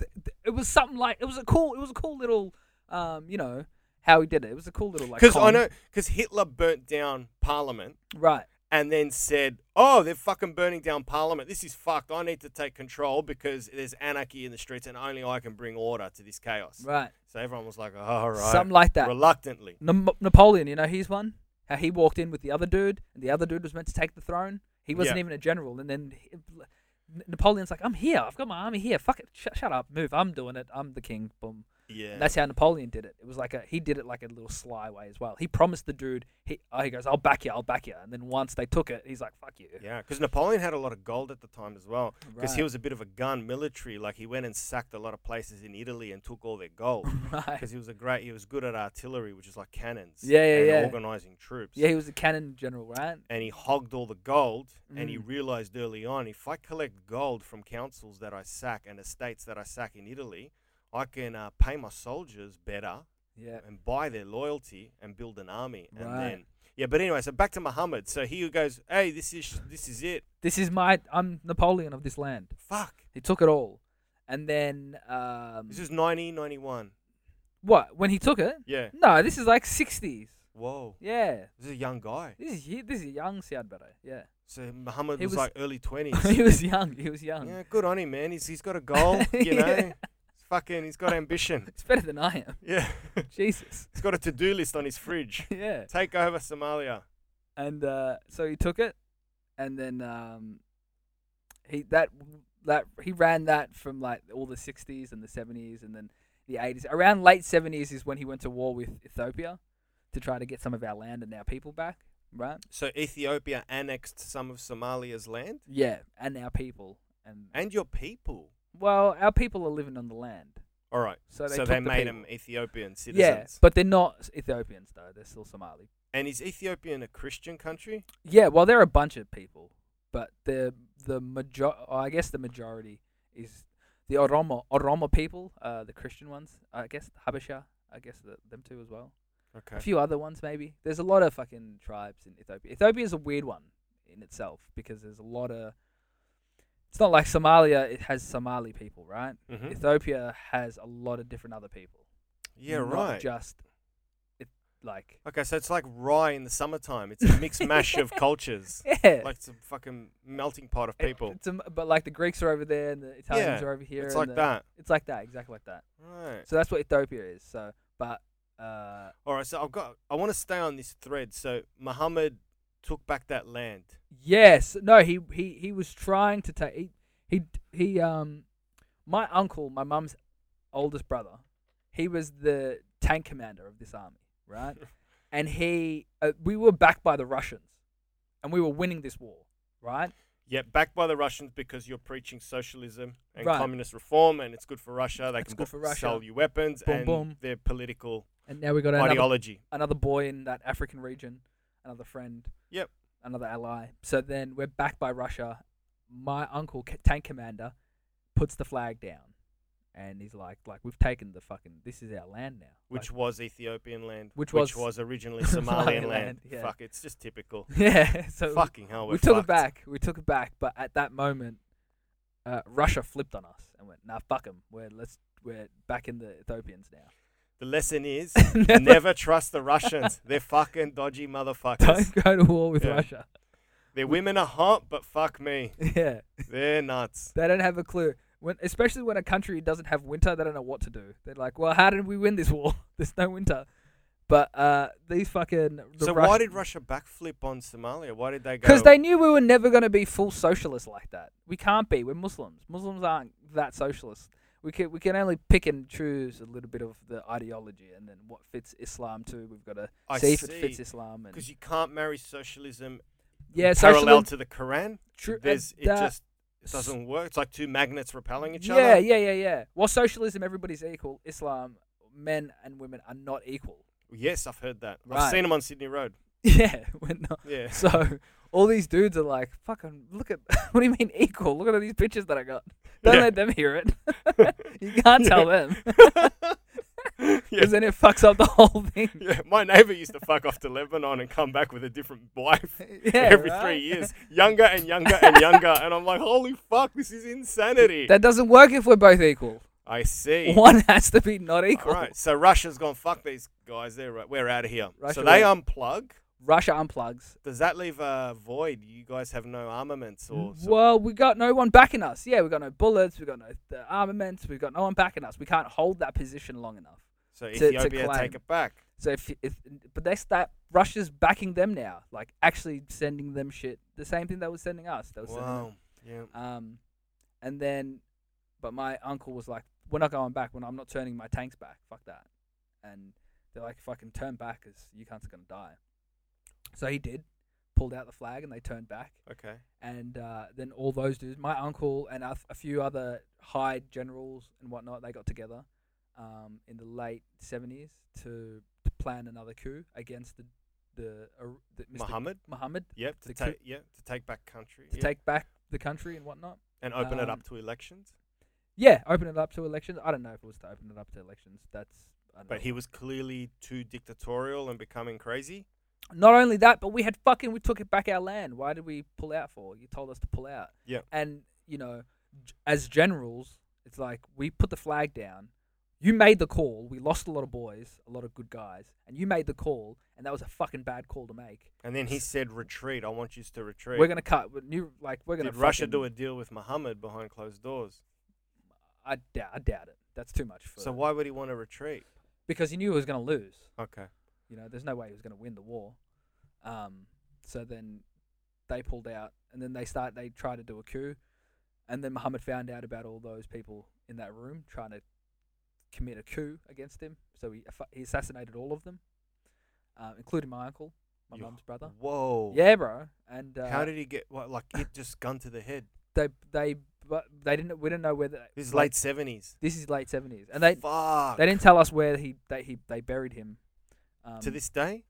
it was something like it was a cool it was a cool little um you know how he did it. It was a cool little like Because I con. know, because Hitler burnt down Parliament right and then said, oh, they're fucking burning down Parliament. This is fucked. I need to take control because there's anarchy in the streets and only I can bring order to this chaos. right So everyone was like, oh, all right. something like that. Reluctantly. Na- Napoleon, you know he's one how he walked in with the other dude and the other dude was meant to take the throne. He wasn't Yeah. even a general and then he- N- Napoleon's like I'm here. I've got my army here. Fuck it. Sh- shut up. Move. I'm doing it. I'm the king. Boom. Yeah. And that's how Napoleon did it. It was like a he did it like a little sly way as well. He promised the dude he oh, he goes I'll back you I'll back you and then once they took it he's like fuck you. yeah, because Napoleon had a lot of gold at the time as well. Because he Right. was a bit of a gun military. Like he went and sacked a lot of places in Italy and took all their gold. right. Because he was a great, he was good at artillery, which is like cannons. Yeah, yeah, and yeah. Organizing troops. Yeah, he was a cannon general, right? and he hogged all the gold and he Mm. realized early on if i collect gold from councils that i sack and estates that i sack in italy i can uh, pay my soldiers better Yeah. and buy their loyalty and build an army and Right. then yeah but anyway so back to muhammad so he goes hey this is this is it This is my I'm Napoleon of this land. fuck He took it all. And then um this is 1991 what? When he took it? yeah No, this is like 60s. whoa Yeah. this is a young guy This is ye- this is young Saad Barre. Yeah. so muhammad He was, was- like early he 20s was young. He was young. yeah good on him man he's, he's got a goal you know Yeah. He's fucking he's got ambition It's better than I am. yeah Jesus. he's got a to-do list on his fridge yeah. Take over Somalia. And uh, so he took it and then um he that that he ran that from like all the 60s and the 70s and then the 80s. Around late 70s is when he went to war with Ethiopia to try to get some of our land and our people back, right? So Ethiopia annexed some of Somalia's land Yeah, and our people and and your people. well, our people are living on the land. All right. So they, so took they the made people. them Ethiopian Yeah, citizens. but they're not Ethiopians though. They're still Somali. and is Ethiopia a Christian country? Yeah, well, there are a bunch of people, but the the major, I guess the majority is the Oromo Oromo people, uh, the Christian ones. I guess Habesha. I guess the, them two as well. A Okay. few other ones maybe. There's a lot of fucking tribes in Ethiopia. Ethiopia is a weird one in itself because there's a lot of. It's not like Somalia. It has Somali people, right? hmm Ethiopia has a lot of different other people. Yeah, not right. Just, it like okay, so it's like rye in the summertime. It's a mixed mash of cultures. yeah. Like it's a fucking melting pot of It- people. Eh. It's a m but like the Greeks are over there and the Italians are over here. It's and like the- that. It's like that, exactly like that. Right. So that's what Ethiopia is. So, but uh, All right, so I've got I want to stay on this thread. So Muhammad took back that land. yes, no, he he he was trying to take he he he um, my uncle, my mum's oldest brother, he was the tank commander of this army, right? and he uh, we were backed by the Russians, and we were winning this war, right? Yeah, backed by the Russians because you're preaching socialism and Right. communist reform, and it's good for Russia. They It's can good bo- for Russia. sell you weapons Boom, and boom. their political And now we got another ideology. another boy in that African region, another friend. Yep. Another ally. So then we're backed by Russia. My uncle, ca- tank commander, puts the flag down, and he's like, "Like we've taken the fucking. This is our land now." Which was Ethiopian land, Which was originally Somalian Somalian land. land, yeah. Fuck, it's just typical. Like, yeah. So we- Fucking hell, we, we're took fucked. it back. We took it back. But at that moment, uh, Russia flipped on us and went, "Nah, fuck 'em. We're let's we're back in the Ethiopians now. The lesson is Never- never trust the Russians. They're fucking dodgy motherfuckers. Don't go to war with Yeah. Russia. Their women are hot, but fuck me, Yeah. they're nuts. They don't have a clue. When, especially when a country doesn't have winter, they don't know what to do. They're like, "Well, how did we win this war? There's no winter." But uh, these fucking the so why Russian- did Russia backflip on Somalia? Why did they go? Because they knew we were never going to be full socialist like that. We can't be. We're Muslims. Muslims aren't that socialist. We can we can only pick and choose a little bit of the ideology, and then what fits Islam to. We've got to I see if it fits see. Islam. And Because you can't marry socialism yeah, parallel socialism. to the Quran. True, There's and it that- just it doesn't work. It's like two magnets repelling each yeah, other. yeah, yeah, yeah. Well, socialism, everybody's equal. Islam, men and women are not equal. Yes, I've heard that. I've Right. seen them on Sydney Road. Yeah, we're not. Yeah. So all these dudes are like, fucking, look at, what do you mean equal? Look at all these pictures that I got. Don't Yeah. let them hear it. you can't tell them. Yeah. Because then it fucks up the whole thing. yeah. My neighbor used to fuck off to Lebanon and come back with a different wife Yeah, every right? three years, younger and younger and younger. And I'm like, holy fuck, this is insanity. That doesn't work if we're both equal. I see. One has to be not equal. All right. So Russia's gone. Fuck these guys. They're right. We're out of here. Russia so they went- unplug. Russia unplugs. Does that leave a void? You guys have no armaments or so- Well, we got no one backing us. Yeah, we got no bullets. We got no uh, armaments. We've got no one backing us. We can't hold that position long enough. so to- to Ethiopia claim. take it back. So if, if but they start Russia's backing them now, like actually sending them shit, the same thing they were sending us. They were sending them. Wow. Yeah. Um, and then, but my uncle was like, we're not going back. When I'm not turning my tanks back, fuck that. And they're like, if I can turn back, is you cunts are gonna die. So he did, pulled out the flag, and they turned back. Okay. And uh, then all those dudes, my uncle and a, f- a few other high generals and whatnot, they got together um, in the late seventies to, to plan another coup against the the, uh, the Mr. Muhammad. Muhammad Yep. To The take. coup- Yeah. To take back country. to yeah, take back the country and whatnot. and open it um, up to elections. Yeah, open it up to elections. I don't know if it was to open it up to elections. That's I don't But know. he was clearly too dictatorial and becoming crazy. Not only that, but we had fucking we took it back our land. Why did we pull out for? You told us to pull out. Yeah. And you know, g- as generals, it's like we put the flag down. You made the call. We lost a lot of boys, a lot of good guys, and you made the call, and that was a fucking bad call to make. And then he said, "Retreat. I want you to retreat." We're gonna cut. We're new, like we're gonna. Did Russia fucking- do a deal with Muhammad behind closed doors? I doubt. I doubt it. That's too much for. So why would he want to retreat? because he knew he was gonna lose. Okay. You know, there's no way he was going to win the war. Um, so then they pulled out, and then they start. They try to do a coup, and then Muhammad found out about all those people in that room trying to commit a coup against him. So he affa- he assassinated all of them, um, including my uncle, my Yo- mum's brother. Whoa. Yeah, bro. And uh, How did he get? What, like it just gun to the head. they they but they didn't we didn't know whether This is like, late seventies. this is late seventies, and they Fuck. they didn't tell us where he they he they buried him. Um, to this day.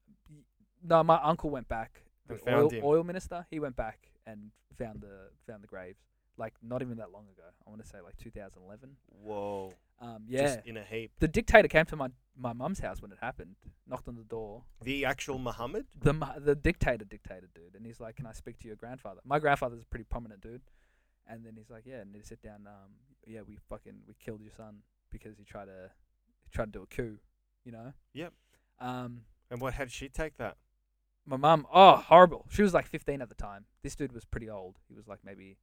No, my uncle went back. The And found oil, him. oil minister, he went back and found the found the graves. Like not even that long ago. I want to say like 2011. Whoa. Um, yeah. Just in a heap. the dictator came to my my mum's house when it happened. Knocked on the door. The actual Muhammad. The mu- the dictator dictator dude, and he's like, "Can I speak to your grandfather?" My grandfather's a pretty prominent dude, and then he's like, "Yeah," and they sit down. Um, yeah, we fucking we killed your son because he tried to he tried to do a coup, you know. Yep. Um, And what? How did she take that? my mum, oh, horrible. She was like 15 at the time. This dude was pretty old. He was like maybe,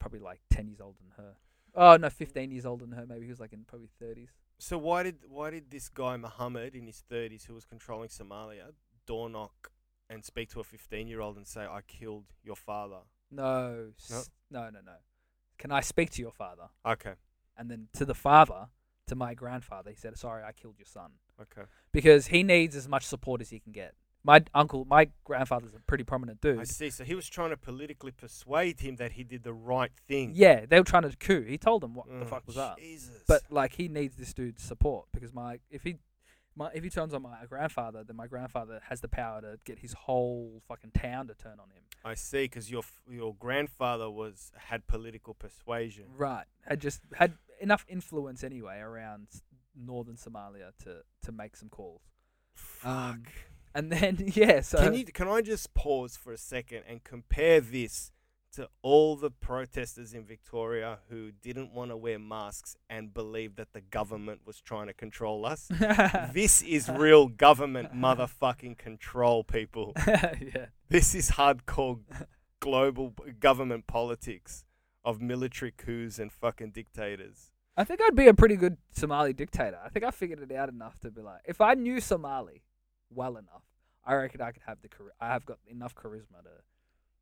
probably like 10 years older than her. Oh, no, 15 years older than her. Maybe he was like in probably 30s. So why did why did this guy Muhammad in his thirties, who was controlling Somalia, door knock and speak to a fifteen-year-old and say, "I killed your father"? No, s- no, no, no. Can I speak to your father? Okay. And then to the father, to my grandfather, he said, sorry, I killed your son. Okay. Because he needs as much support as he can get. My uncle, my grandfather's a pretty prominent dude. I see. So he was trying to politically persuade him that he did the right thing. Yeah, they were trying to coup. He told them what the Oh, fuck was up. Jesus. But like he needs this dude's support because my if he my if he turns on my grandfather, then my grandfather has the power to get his whole fucking town to turn on him. I see, because your f- your grandfather was had political persuasion. Right. Had just had enough influence anyway around s- northern Somalia to to make some calls. Fuck. Um, And then yeah, so can you can I just pause for a second and compare this to all the protesters in Victoria who didn't want to wear masks and believed that the government was trying to control us? this is real government motherfucking control, people. yeah. This is hardcore global b- government politics of military coups and fucking dictators. I think I'd be a pretty good Somali dictator. I think I figured it out enough to be like, if I knew Somali well enough, I reckon I could have the chari- I have got enough charisma to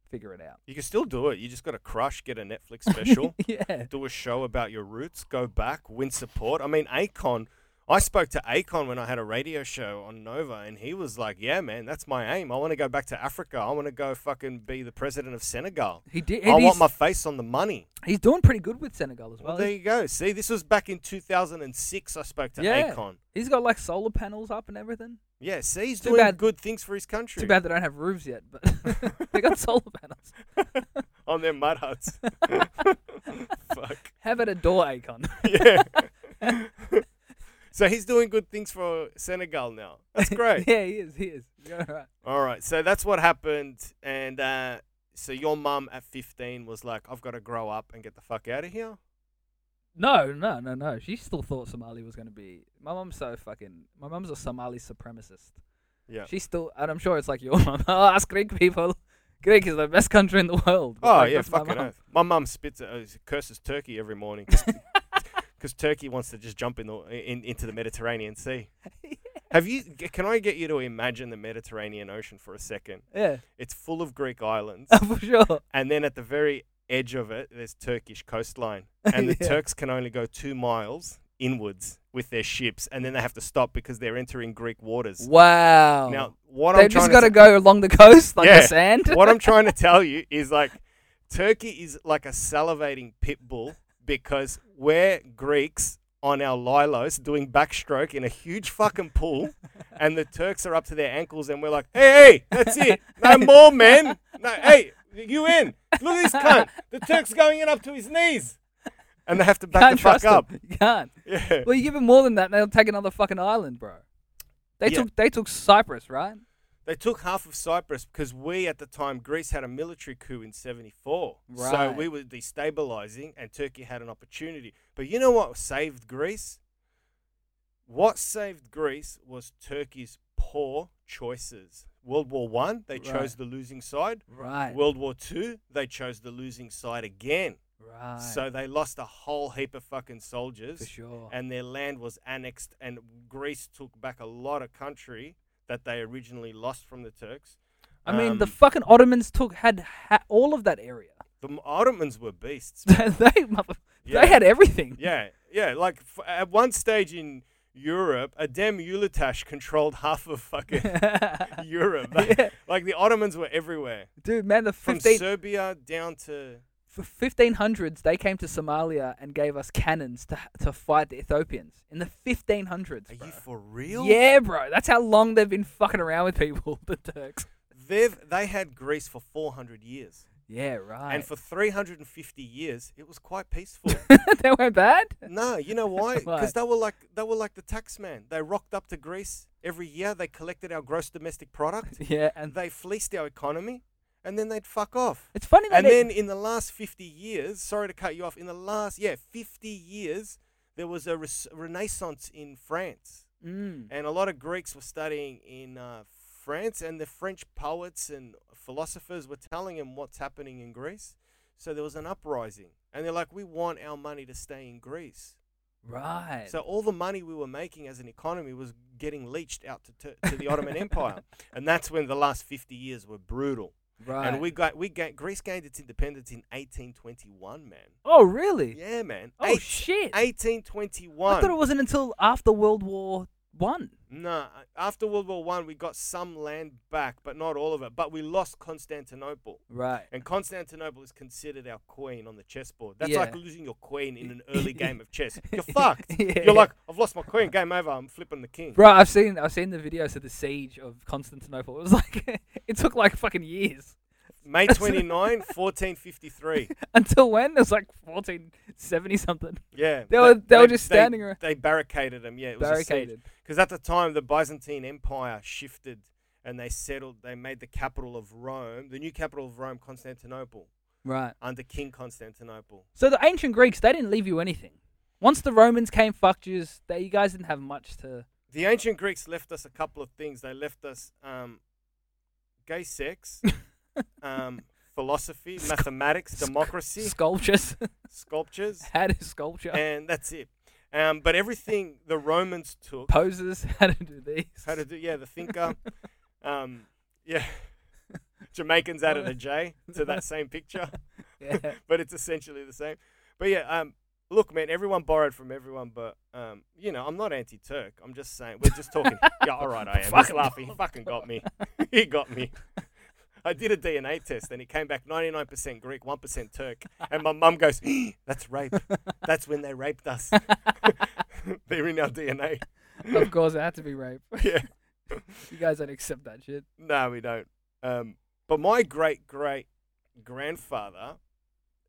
figure it out. You can still do it. You just got to crush, get a Netflix special. yeah. do a show about your roots, go back, win support. I mean, Akon, I spoke to Akon when I had a radio show on Nova, and he was like, Yeah, man, that's my aim. I want to go back to Africa. I want to go fucking be the president of Senegal. He did. I and want he's, my face on the money. he's doing pretty good with Senegal as well. Well, there He's- you go. See, this was back in 2006. I spoke to Yeah. Akon. he's got like solar panels up and everything. Yeah, see, he's Too doing bad- good things for his country Too bad they don't have roofs yet, but they got solar panels. on their mud huts. Fuck. Have at a door, Akon. Yeah. so he's doing good things for Senegal now. That's great. yeah, he is. He is. You're right. All right, so that's what happened, and uh, so your mum at fifteen was like, "I've got to grow up and get the fuck out of here." No, no, no, no. She still thought Somali was going to be. My mum's so fucking. My mum's a Somali supremacist. Yeah. She's still, and I'm sure it's like your mum. Oh, ask Greek people. Greek is the best country in the world. But, oh like, yeah, that's my fucking mum. oath. My mum spits uh, curses turkey every morning because turkey wants to just jump in the in, into the Mediterranean Sea. Have you? g- Can I get you to imagine the Mediterranean Ocean for a second? Yeah, It's full of Greek islands, for sure. and then at the very edge of it, there's Turkish coastline, and the Yeah. Turks can only go two miles inwards with their ships, and then they have to stop because they're entering Greek waters. Wow. Now, what They've I'm trying Oh. just to got to say- go along the coast like Yeah. the sand. what I'm trying to tell you is like Turkey is like a salivating pit bull because we're Greeks on our lilos doing backstroke in a huge fucking pool, and the Turks are up to their ankles, and we're like, hey, hey, that's it, no more, man, no, hey, you in? Look at this cunt, the Turk's going in up to his knees, and they have to back Can't the fuck trust them. up. You can't. Yeah. Well, you give them more than that, and they'll take another fucking island, bro. They Yeah. took they took Cyprus, right? They took half of Cyprus because we, at the time, Greece had a military coup in 74. So Right. we were destabilizing and Turkey had an opportunity. But you know what saved Greece? What saved Greece was Turkey's poor choices. World War One, they chose Right. the losing side. Right. World War Two, they chose the losing side again. right. So they lost a whole heap of fucking soldiers for sure. and their land was annexed and Greece took back a lot of country that they originally lost from the Turks. I mean, the Um, fucking Ottomans took had ha- all of that area. the Ottomans were beasts. they motherf- Yeah. they had everything. yeah, yeah. Like f- at one stage in Europe, Adem Ulitash controlled half of fucking Europe. Yeah. Like the Ottomans were everywhere, Dude, man, the from 15, Serbia down to f- 1500s, they came to Somalia and gave us cannons to to fight the Ethiopians in the 1500s. Are bro. you for real? Yeah, bro. That's how long they've been fucking around with people, the Turks. They've they had Greece for 400 years, Yeah, right. and for 350 years it was quite peaceful. they weren't bad. No, you know why? Why? Because they were like they were like the tax man. They rocked up to Greece every year. They collected our gross domestic product. Yeah, and They fleeced our economy, and then they'd fuck off. it's funny that And they- then in the last fifty years, sorry to cut you off. In the last yeah fifty years, there was a res- renaissance in France, Mm, and a lot of Greeks were studying in uh, France, and the French poets and philosophers were telling them what's happening in Greece. So there was an uprising, and they're like, "We want our money to stay in Greece." right. So all the money we were making as an economy was getting leached out to, to, to the Ottoman Empire, and that's when the last fifty years were brutal. right. And we got we ga- Greece gained its independence in 1821, man. oh, really? Yeah, man. Oh, shit. 1821. I thought it wasn't until after World War One. No, after World War One, we got some land back, but not all of it. But we lost Constantinople, Right. and Constantinople is considered our queen on the chessboard. That's Yeah. like losing your queen in an early game of chess. You're fucked. Yeah. You're like, I've lost my queen. Game over. I'm flipping the king. Bro, I've seen I've seen the videos of the siege of Constantinople. It was like it took like fucking years. May 29, 1453. Until when? It was like fourteen seventy something. Yeah. They were- they were just standing around. They barricaded them. Yeah, it was Barricaded. Because at the time, the Byzantine Empire shifted and they settled, they made the capital of Rome, the new capital of Rome, Constantinople, Right. under King Constantinople. So the ancient Greeks, they didn't leave you anything. Once the Romans came, fucked you. They you guys didn't have much to. The ancient Greeks left us a couple of things. They left us um, gay sex, um, philosophy, Sc- mathematics, sc- democracy, Sculptures. sculptures, How to sculpture. and that's it. Um, but everything the Romans took Poses. How to do these. How to do? Yeah, the thinker. um, yeah, Jamaicans added a J to that same picture, yeah. but it's essentially the same. But yeah, um, look, man, everyone borrowed from everyone, but um, you know, I'm not anti-Turk. I'm just saying we're just talking. yeah, all right, I am. He's Fucking laughing. He fucking got me. he got me. I did a DNA test and it came back 99% Greek, 1% Turk. And my mum goes, That's rape. That's when they raped us. They're in our DNA. of course, it had to be rape. Yeah. You guys don't accept that shit. No, we don't. Um, but my great great grandfather,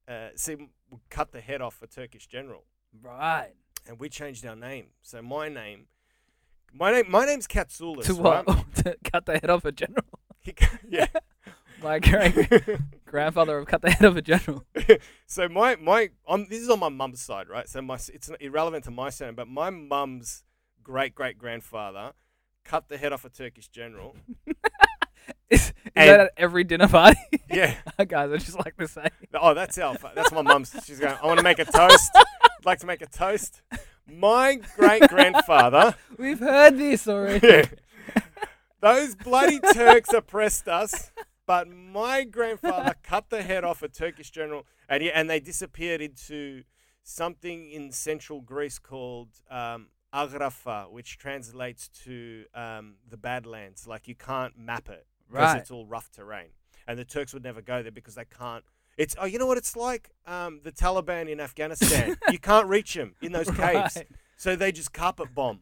uh, see, m- cut the head off a Turkish general, Right. and we changed our name. So my name, my name, my name's Katsoulis. to right? what? to cut the head off a general. He ca- yeah. My great grandfather have cut the head off a general. so my my on this is on my mum's side, right? So my s- it's not irrelevant to my surname, but my mum's great great grandfather cut the head off a Turkish general. Is, is And- that at every dinner party? yeah. guys, I just like to say. Oh, that's our. That's my mum's. She's going. I want to make a toast. I'd like to make a toast. My great grandfather. We've heard this already. Those bloody Turks oppressed us. But my grandfather cut the head off a Turkish general, and he, and they disappeared into something in central Greece called um, Agrafa, which translates to um, the Badlands. Like you can't map it because Right. it's all rough terrain, and the Turks would never go there because they can't. It's oh, you know what it's like um, the Taliban in Afghanistan. you can't reach them in those caves, Right. so they just carpet bomb.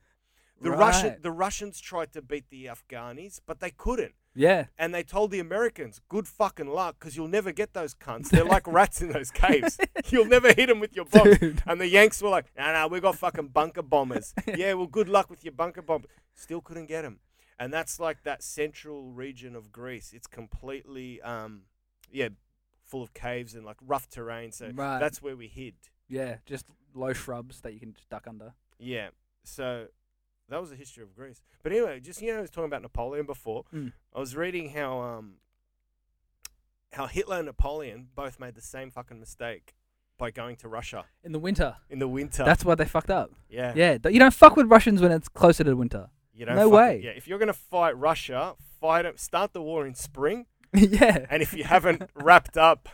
The Russian Right. the Russians tried to beat the Afghani's, but they couldn't. Yeah. And they told the Americans, "Good fucking luck, because you'll never get those cunts. They're like rats in those caves. You'll never hit them with your bombs." Dude. And the Yanks were like, "No, nah, no, we got fucking bunker bombers. yeah, well, good luck with your bunker bomb." Still couldn't get them. And that's like that central region of Greece. It's completely, um, yeah, full of caves and like rough terrain. So Right. that's where we hid. Yeah. Just low shrubs that you can just duck under. Yeah. So that was the history of Greece. But anyway, just you know, I was talking about Napoleon before. Mm. I was reading how um how Hitler and Napoleon both made the same fucking mistake by going to Russia In the winter. in the winter. That's why they fucked up. yeah. Yeah. th- You don't fuck with Russians when it's closer to winter. You don't no fucking- way. Yeah. If you're gonna fight Russia, fight it. Start the war in spring, yeah. and if you haven't wrapped up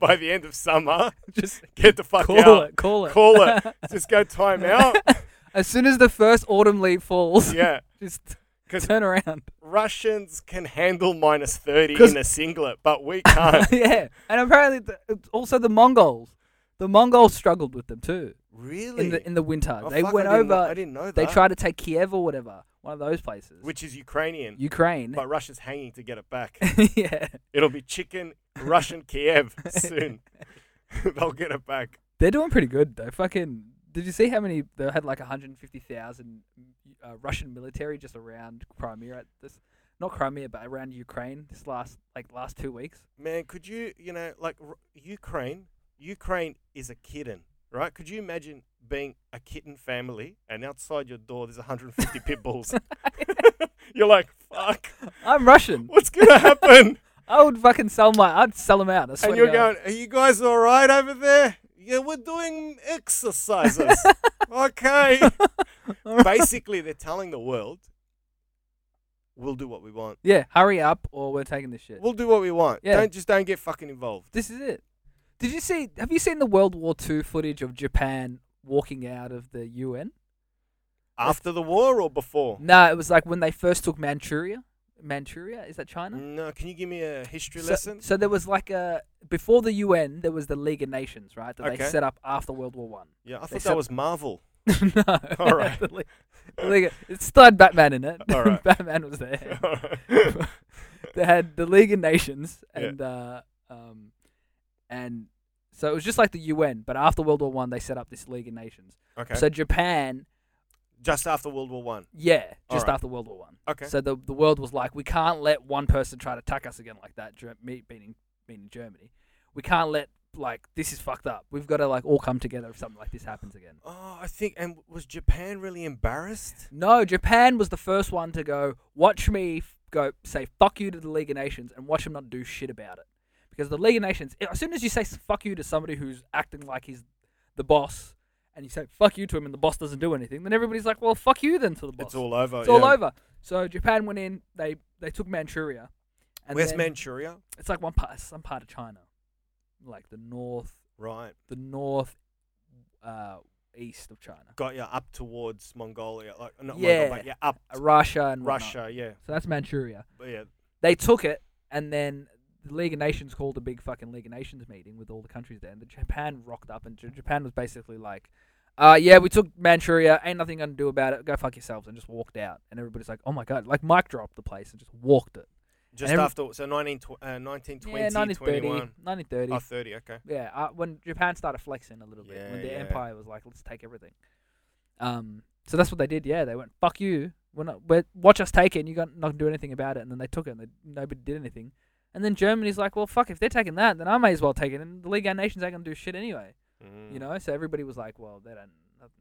by the end of summer, Just get the fuck call out. it. Call it. Call it. Just go time out. as soon as the first autumn leaf falls, Yeah. just 'Cause- turn around. Russians can handle minus 30 'Cause- in a singlet, but we can't. yeah. And apparently, the, also the Mongols. The Mongols struggled with them too really? in the in the winter. Oh, they fuck, went I didn't over. know- I didn't know that. They tried to take Kiev or whatever, one of those places. Which is Ukrainian, Ukraine. but Russia's hanging to get it back. yeah. It'll be chicken, Russian Kiev soon. They'll get it back. They're doing pretty good though. Fucking. Did you see how many they had like 150,000 uh, Russian military just around Crimea at this not Crimea but around Ukraine this last like last 2 weeks? Man, could you, you know, like R- Ukraine, Ukraine is a kitten, right? Could you imagine being a kitten family and outside your door there's 150 pit bulls? You're like, fuck, I'm Russian. what's going to happen? I would fucking sell my I'd sell them out. I swear and to you're going, God. are you guys all right over there? Yeah, we're doing exercises. okay. Basically, they're telling the world, we'll do what we want. Yeah, hurry up or we're taking this shit. We'll do what we want. Yeah. Don't just don't get fucking involved. This is it. Did you see? Have you seen the World War II footage of Japan walking out of the UN? After the war or before? No, it was like when they first took Manchuria. Manchuria is that China? No. Can you give me a history So- lesson? So, there was like a before the UN, there was the League of Nations, right? That Okay. they set up after World War One. Yeah, I they thought sep- that was Marvel. no, All right. The League- the League of- it still had Batman in it. All right. Batman was there. they had the League of Nations Yeah. and uh, um, and so it was just like the UN, but after World War One, they set up this League of Nations. okay. So Japan, just after World War One. yeah, just Alright. after World War One. Okay. So the the world was like, we can't let one person try to attack us again like that. Ger- me- meaning meaning Germany, we can't let like this is fucked up. We've got to like all come together if something like this happens again. Oh, I think. And was Japan really embarrassed? No, Japan was the first one to go, watch me f- go say fuck you to the League of Nations and watch him not do shit about it. Because the League of Nations, as soon as you say s- fuck you to somebody who's acting like he's the boss and you say fuck you to him and the boss doesn't do anything, then everybody's like, well, fuck you then to the boss. It's all over. It's all Oh, yeah. over. So Japan went in, they, they took Manchuria. And Where's then- Manchuria? It's like one part, some part of China, like the north, Right. the north uh, east of China, Got you up towards Mongolia. Like not Yeah. Mongolia, but yeah, up Uh, Russia and whatnot. Russia, yeah. So that's Manchuria. But yeah. they took it, and then the League of Nations called a big fucking League of Nations meeting with all the countries there, and the Japan rocked up, and J- Japan was basically like, uh, yeah, we took Manchuria, ain't nothing gonna do about it, go fuck yourselves, and just walked out, and everybody's like, oh my god, like Mike dropped the place and just walked it. Just every- after so 19 tw- uh, 1920 yeah, 1930, 21. 1930. Oh, 30, okay. Yeah, uh, when Japan started flexing a little bit, when Yeah, the yeah. empire was like, let's take everything. Um, so that's what they did. Yeah, they went, fuck you. We're not. We're, watch us take it. and You got not gonna do anything about it. And then they took it. and they, Nobody did anything. And then Germany's like, well, fuck. If they're taking that, then I may as well take it. And the League of Nations ain't gonna do shit anyway. Hmm. You know. So everybody was like, well, they don't.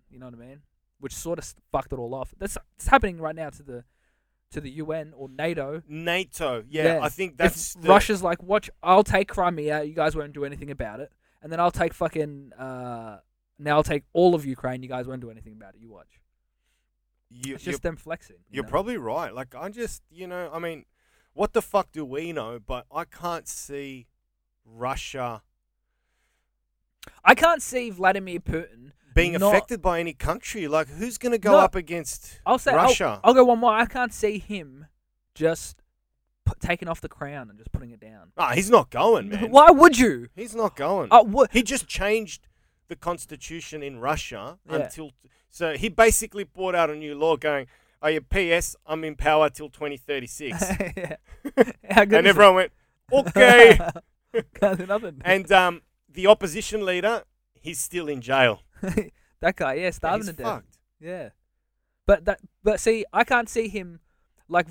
You know what I mean? Which sort of fucked it all off. That's it's happening right now to the to the UN or NATO. NATO. Yeah, Yeah. I think that's if the, Russia's like, watch, I'll take Crimea. You guys won't do anything about it, and then I'll take fucking. Uh, now I'll take all of Ukraine. You guys won't do anything about it. You watch. You, It's just them flexing. you you're know? probably right. Like I just, you know, I mean, what the fuck do we know? But I can't see Russia I can't see Vladimir Putin being not- affected by any country. Like, who's going to go No. up against I'll say I'll- Russia? I'll, go one more. I can't see him just p- taking off the crown and just putting it down. Ah, he's not going, man. Why would you? He's not going. Uh, what? He just changed the constitution in Russia Yeah. until. So he basically brought out a new law going, Oh, yeah, P.S., I'm in power till 2036. Yeah. How good and is everyone went, Okay. it? Can't do nothing. and um, the opposition leader, he's still in jail. that guy, yeah, starving he's to death. fucked. Yeah, but that, but see, I can't see him. Like,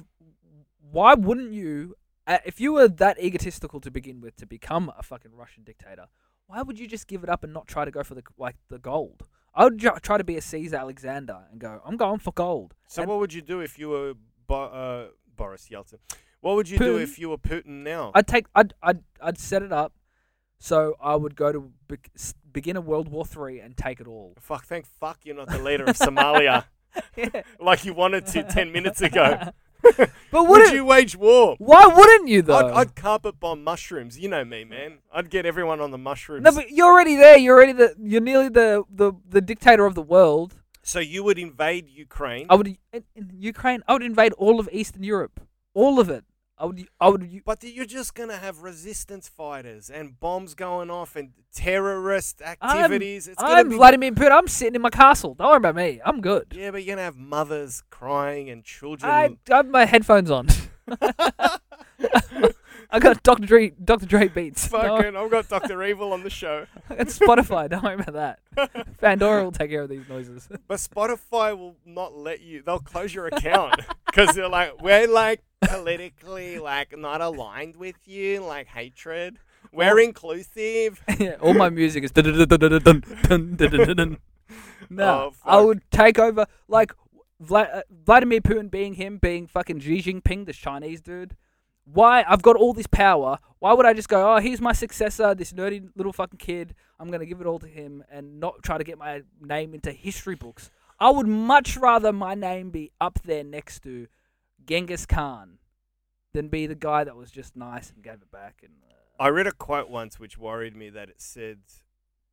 why wouldn't you? Uh, if you were that egotistical to begin with to become a fucking Russian dictator, why would you just give it up and not try to go for the like the gold? I would ju- try to be a Caesar Alexander and go, I'm going for gold. So And- what would you do if you were Bo- uh, Boris Yeltsin? What would you do Putin? if you were Putin now? I'd take, I'd, I'd, I'd set it up, so I would go to be- s- begin a World War Three and take it all. Fuck, thank fuck you're not the leader of Somalia Yeah. like you wanted to 10 minutes ago. But Would wouldn't? you wage war? Why wouldn't you though? I'd, I'd carpet bomb mushrooms. You know me, man. I'd get everyone on the mushrooms. No, but you're already there. You're already the. You're nearly the the, the dictator of the world. so you would invade Ukraine, I would in, in Ukraine. I would invade all of Eastern Europe. All of it. I would. I would. but you're just going to have resistance fighters and bombs going off and terrorist I'm, activities. it's gonna I'm be- Vladimir Putin. I'm sitting in my castle. Don't worry about me. I'm good. Yeah, but you're going to have mothers crying and children. I, I have my headphones on. I got Dr. Dre, Dr. Dre beats. Don't worry- Fucking, I've got Dr. Evil on the show. I got Spotify. Don't worry about that. Pandora will take care of these noises. But Spotify will not let you. They'll close your account because they're like, we're like politically like not aligned with you, like hatred. We're inclusive. yeah, all my music is dun dun dun dun dun dun dun dun dun. No, Oh, I fuck. would take over like Vla- uh, Vladimir Putin being him, being fucking Xi Jinping, this Chinese dude. Why I've got all this power? Why would I just go? Oh, he's my successor, this nerdy little fucking kid. I'm gonna give it all to him and not try to get my name into history books. I would much rather my name be up there next to Genghis Khan than be the guy that was just nice and gave it back and. Uh, I read a quote once which worried me that it said,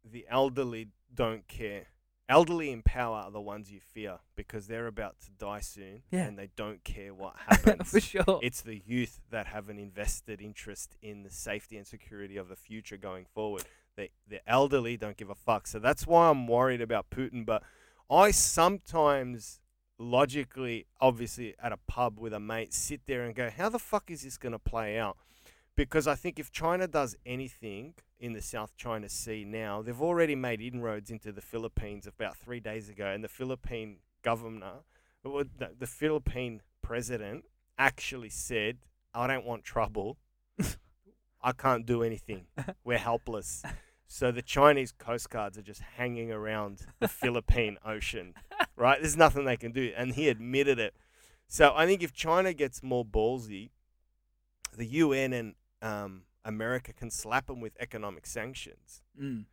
the elderly don't care. Elderly in power are the ones you fear because they're about to die soon Yeah. and they don't care what for happens. sure. it's the youth that have an invested interest in the safety and security of the future going forward. The, the elderly don't give a fuck. So that's why I'm worried about Putin. But I sometimes logically, obviously, at a pub with a mate, sit there and go, how the fuck is this going to play out? Because I think if China does anything in the South China Sea now, they've already made inroads into the Philippines about three days ago. And the Philippine governor, well, the the Philippine president, actually said, I don't want trouble. I can't do anything. We're helpless. So the Chinese coast guards are just hanging around the Philippine Ocean, right? There's nothing they can do. And he admitted it. So I think if China gets more ballsy, the UN and um, America can slap them with economic sanctions. Mm.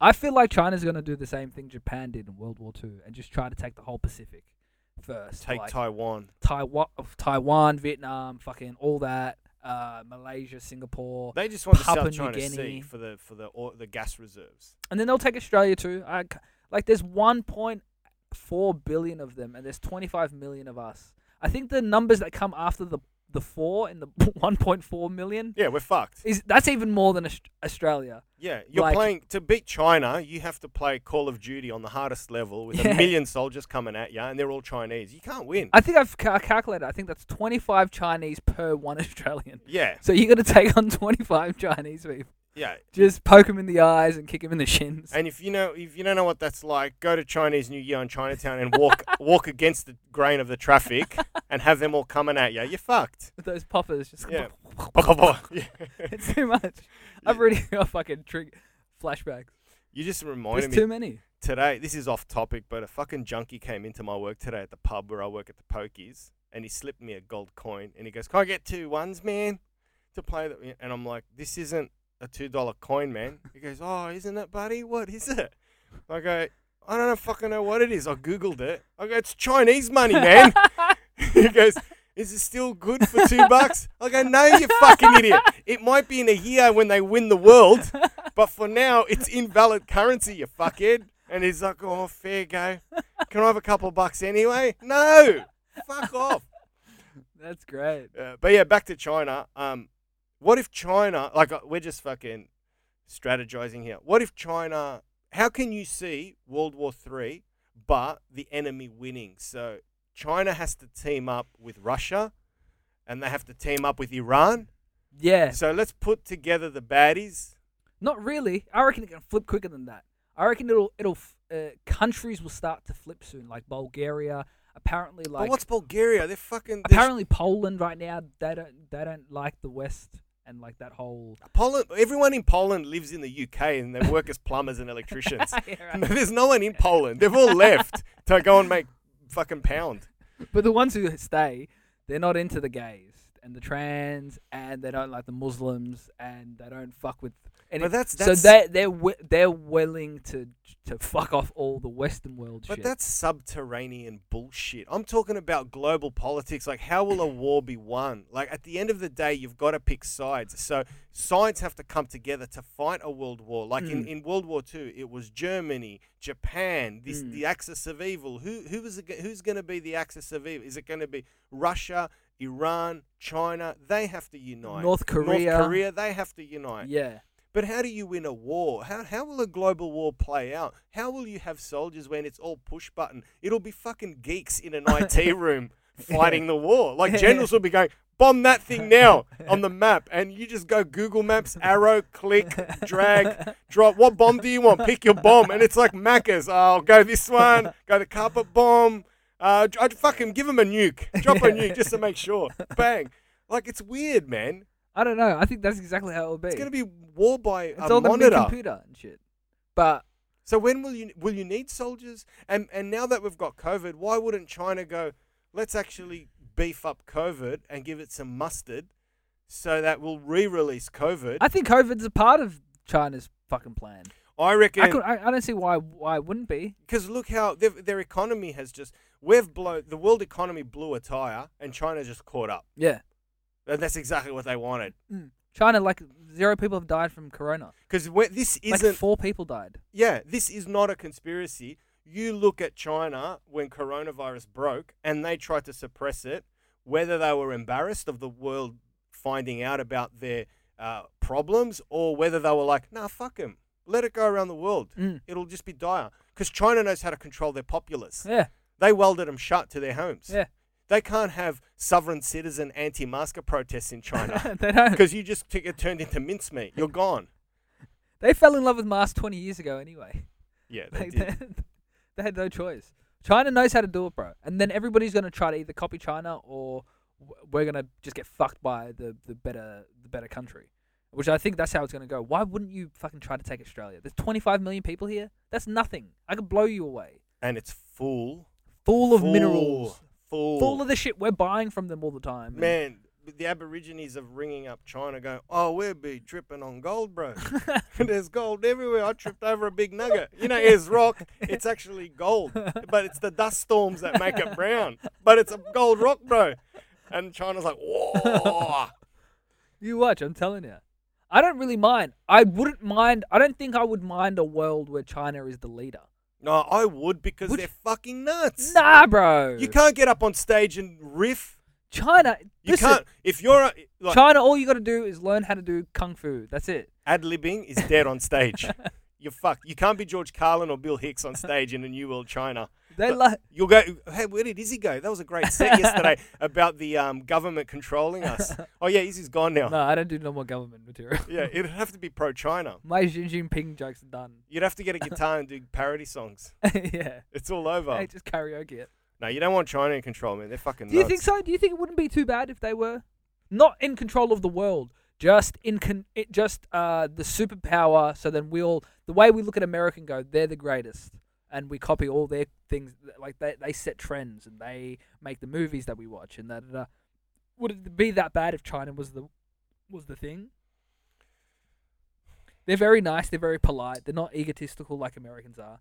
I feel like China's going to do the same thing Japan did in World War Two, and just try to take the whole Pacific first. Take like Taiwan. Taiwan, Taiwan, Vietnam, fucking all that, uh, Malaysia, Singapore, They just want the Papua South New China Sea Guinea. for the for the or the gas reserves. and then they'll take Australia too. I c like, there's 1.4 billion of them, and there's 25 million of us. I think the numbers that come after the the four and the 1.4 million Yeah, we're fucked. is that's even more than Aus- Australia. Yeah, you're Like- playing to beat China. You have to play Call of Duty on the hardest level with Yeah. a million soldiers coming at you, and they're all Chinese. You can't win. I think I've ca- calculated. I think that's 25 Chinese per one Australian. yeah, So you're gonna take on 25 Chinese people, yeah. just poke them in the eyes and kick them in the shins. And if you know if you don't know what that's like, go to Chinese New Year in Chinatown and walk walk against the grain of the traffic and have them all coming at you. You're fucked. With those poppers, just Yeah. Yeah. it's too much. I've already got fucking trigger flashbacks. you just There's reminded me too many. today this is off topic but a fucking junkie came into my work today at the pub where i work at the pokies and he slipped me a gold coin and he goes can i get two ones man to play the and i'm like this isn't a two dollar coin man he goes oh isn't it buddy what is it i go i don't know fucking know what it is i googled it i go it's chinese money man he goes Is it still good for two bucks? I go, no, you fucking idiot. It might be in a year when they win the world, but for now, it's invalid currency, you fuckhead. And he's like, oh, fair go. Can I have a couple of bucks anyway? No, fuck off. That's great. Uh, but yeah, back to China. Um, what if China, like, uh, we're just fucking strategizing here. What if China, how can you see World War Three, but the enemy winning? So China has to team up with Russia and they have to team up with Iran. Yeah. So let's put together the baddies. Not really. I reckon it can flip quicker than that. I reckon it'll it'll f- uh, countries will start to flip soon, like Bulgaria. Apparently, like but what's Bulgaria? They're fucking. they're- apparently Poland right now they don't they don't like the West and like that whole. Poland, everyone in Poland lives in the UK and they work as plumbers and electricians. Yeah, right. There's no one in Poland. They've all left to go and make fucking pound. But the ones who stay, they're not into the gays and the trans, and they don't like the Muslims, and they don't fuck with. Any, But that's- so that's- they they're wi- they're willing to to fuck off all the Western world But shit. that's subterranean bullshit. I'm talking about global politics. Like, how will a war be won? Like, at the end of the day, you've got to pick sides. So, sides have to come together to fight a world war. Like Hmm. in, in World War Two, it was Germany, Japan, this Hmm. the axis of evil. Who who is it, go- who's going to be the axis of evil? Is it going to be Russia, Iran, China? They have to unite. North Korea. North Korea. They have to unite. yeah. But how do you win a war? How, how will a global war play out? How will you have soldiers when it's all push button? It'll be fucking geeks in an IT room fighting the war. Like generals will be going, bomb that thing now on the map. And you just go Google Maps, arrow, click, drag, drop. What bomb do you want? Pick your bomb. And it's like Macca's. Oh, I'll go this one, go the carpet bomb. Uh, I fucking give them a nuke. Drop a nuke just to make sure. Bang. Like it's weird, man. I don't know. I think that's exactly how it'll be. It's gonna be war by It's a all gonna be monitor. computer and shit. But So when will you will you need soldiers? And and now that we've got COVID, why wouldn't China go? Let's actually beef up COVID and give it some mustard, so that we'll re-release COVID. I think COVID's a part of China's fucking plan. I reckon. I, could, I, I don't see why why it wouldn't be. because look how their, their economy has just we've blown the world economy blew a tire and China just caught up. Yeah. Mm. And that's exactly what they wanted. China, like zero people have died from corona. Because this isn't like four people died. yeah, this is not a conspiracy. You look at China when coronavirus broke and they tried to suppress it, whether they were embarrassed of the world finding out about their uh, problems or whether they were like, nah, fuck them. Let it go around the world. Mm. It'll just be dire. Because China knows how to control their populace. Yeah. They welded them shut to their homes. Yeah. They can't have sovereign citizen anti masker protests in China they don't. because you just t- get turned into mincemeat. You're gone. They fell in love with masks 20 years ago anyway. Yeah, they Like, did. they, they had no choice. China knows how to do it, bro. And then everybody's going to try to either copy China or w- we're going to just get fucked by the, the better the better country. Which I think that's how it's going to go. Why wouldn't you fucking try to take Australia? There's 25 million people here. That's nothing. I could blow you away. And it's full Full of Full, minerals. Full. Full of the shit we're buying from them all the time. and- Man, the Aborigines are ringing up China going, oh, we'll be tripping on gold, bro. There's gold everywhere. I tripped over a big nugget. You know, it's rock. It's actually gold, but it's the dust storms that make it brown. But it's a gold rock, bro. And China's like, whoa. You watch, I'm telling you. I don't really mind. I wouldn't mind. I don't think I would mind a world where China is the leader. no, I would because Would they're you- fucking nuts. Nah, bro. You can't get up on stage and riff. China. You listen, can't. If you're a, like, China, all you got to do is learn how to do kung fu. That's it. ad libbing is dead on stage. You're fucked. You can't be George Carlin or Bill Hicks on stage in a new world China. They like. You'll go. Hey, where did Izzy go? That was a great set yesterday about the um, government controlling us. Oh yeah, Izzy's gone now. No, I don't do no more government material. Yeah, it'd have to be pro China. My Xi Jinping joke's done. You'd have to get a guitar and do parody songs. yeah. It's all over. Hey, just karaoke it. No, you don't want China in control, man. They're fucking. Do you nuts. think so? Do you think it wouldn't be too bad if they were not in control of the world, just in con- it just uh, the superpower? So then we'll the way we look at America and go, they're the greatest, and we copy all their things. th- Like they they set trends and they make the movies that we watch and da da da. Would it be that bad if China was the was the thing? They're very nice. They're very polite. They're not egotistical like Americans are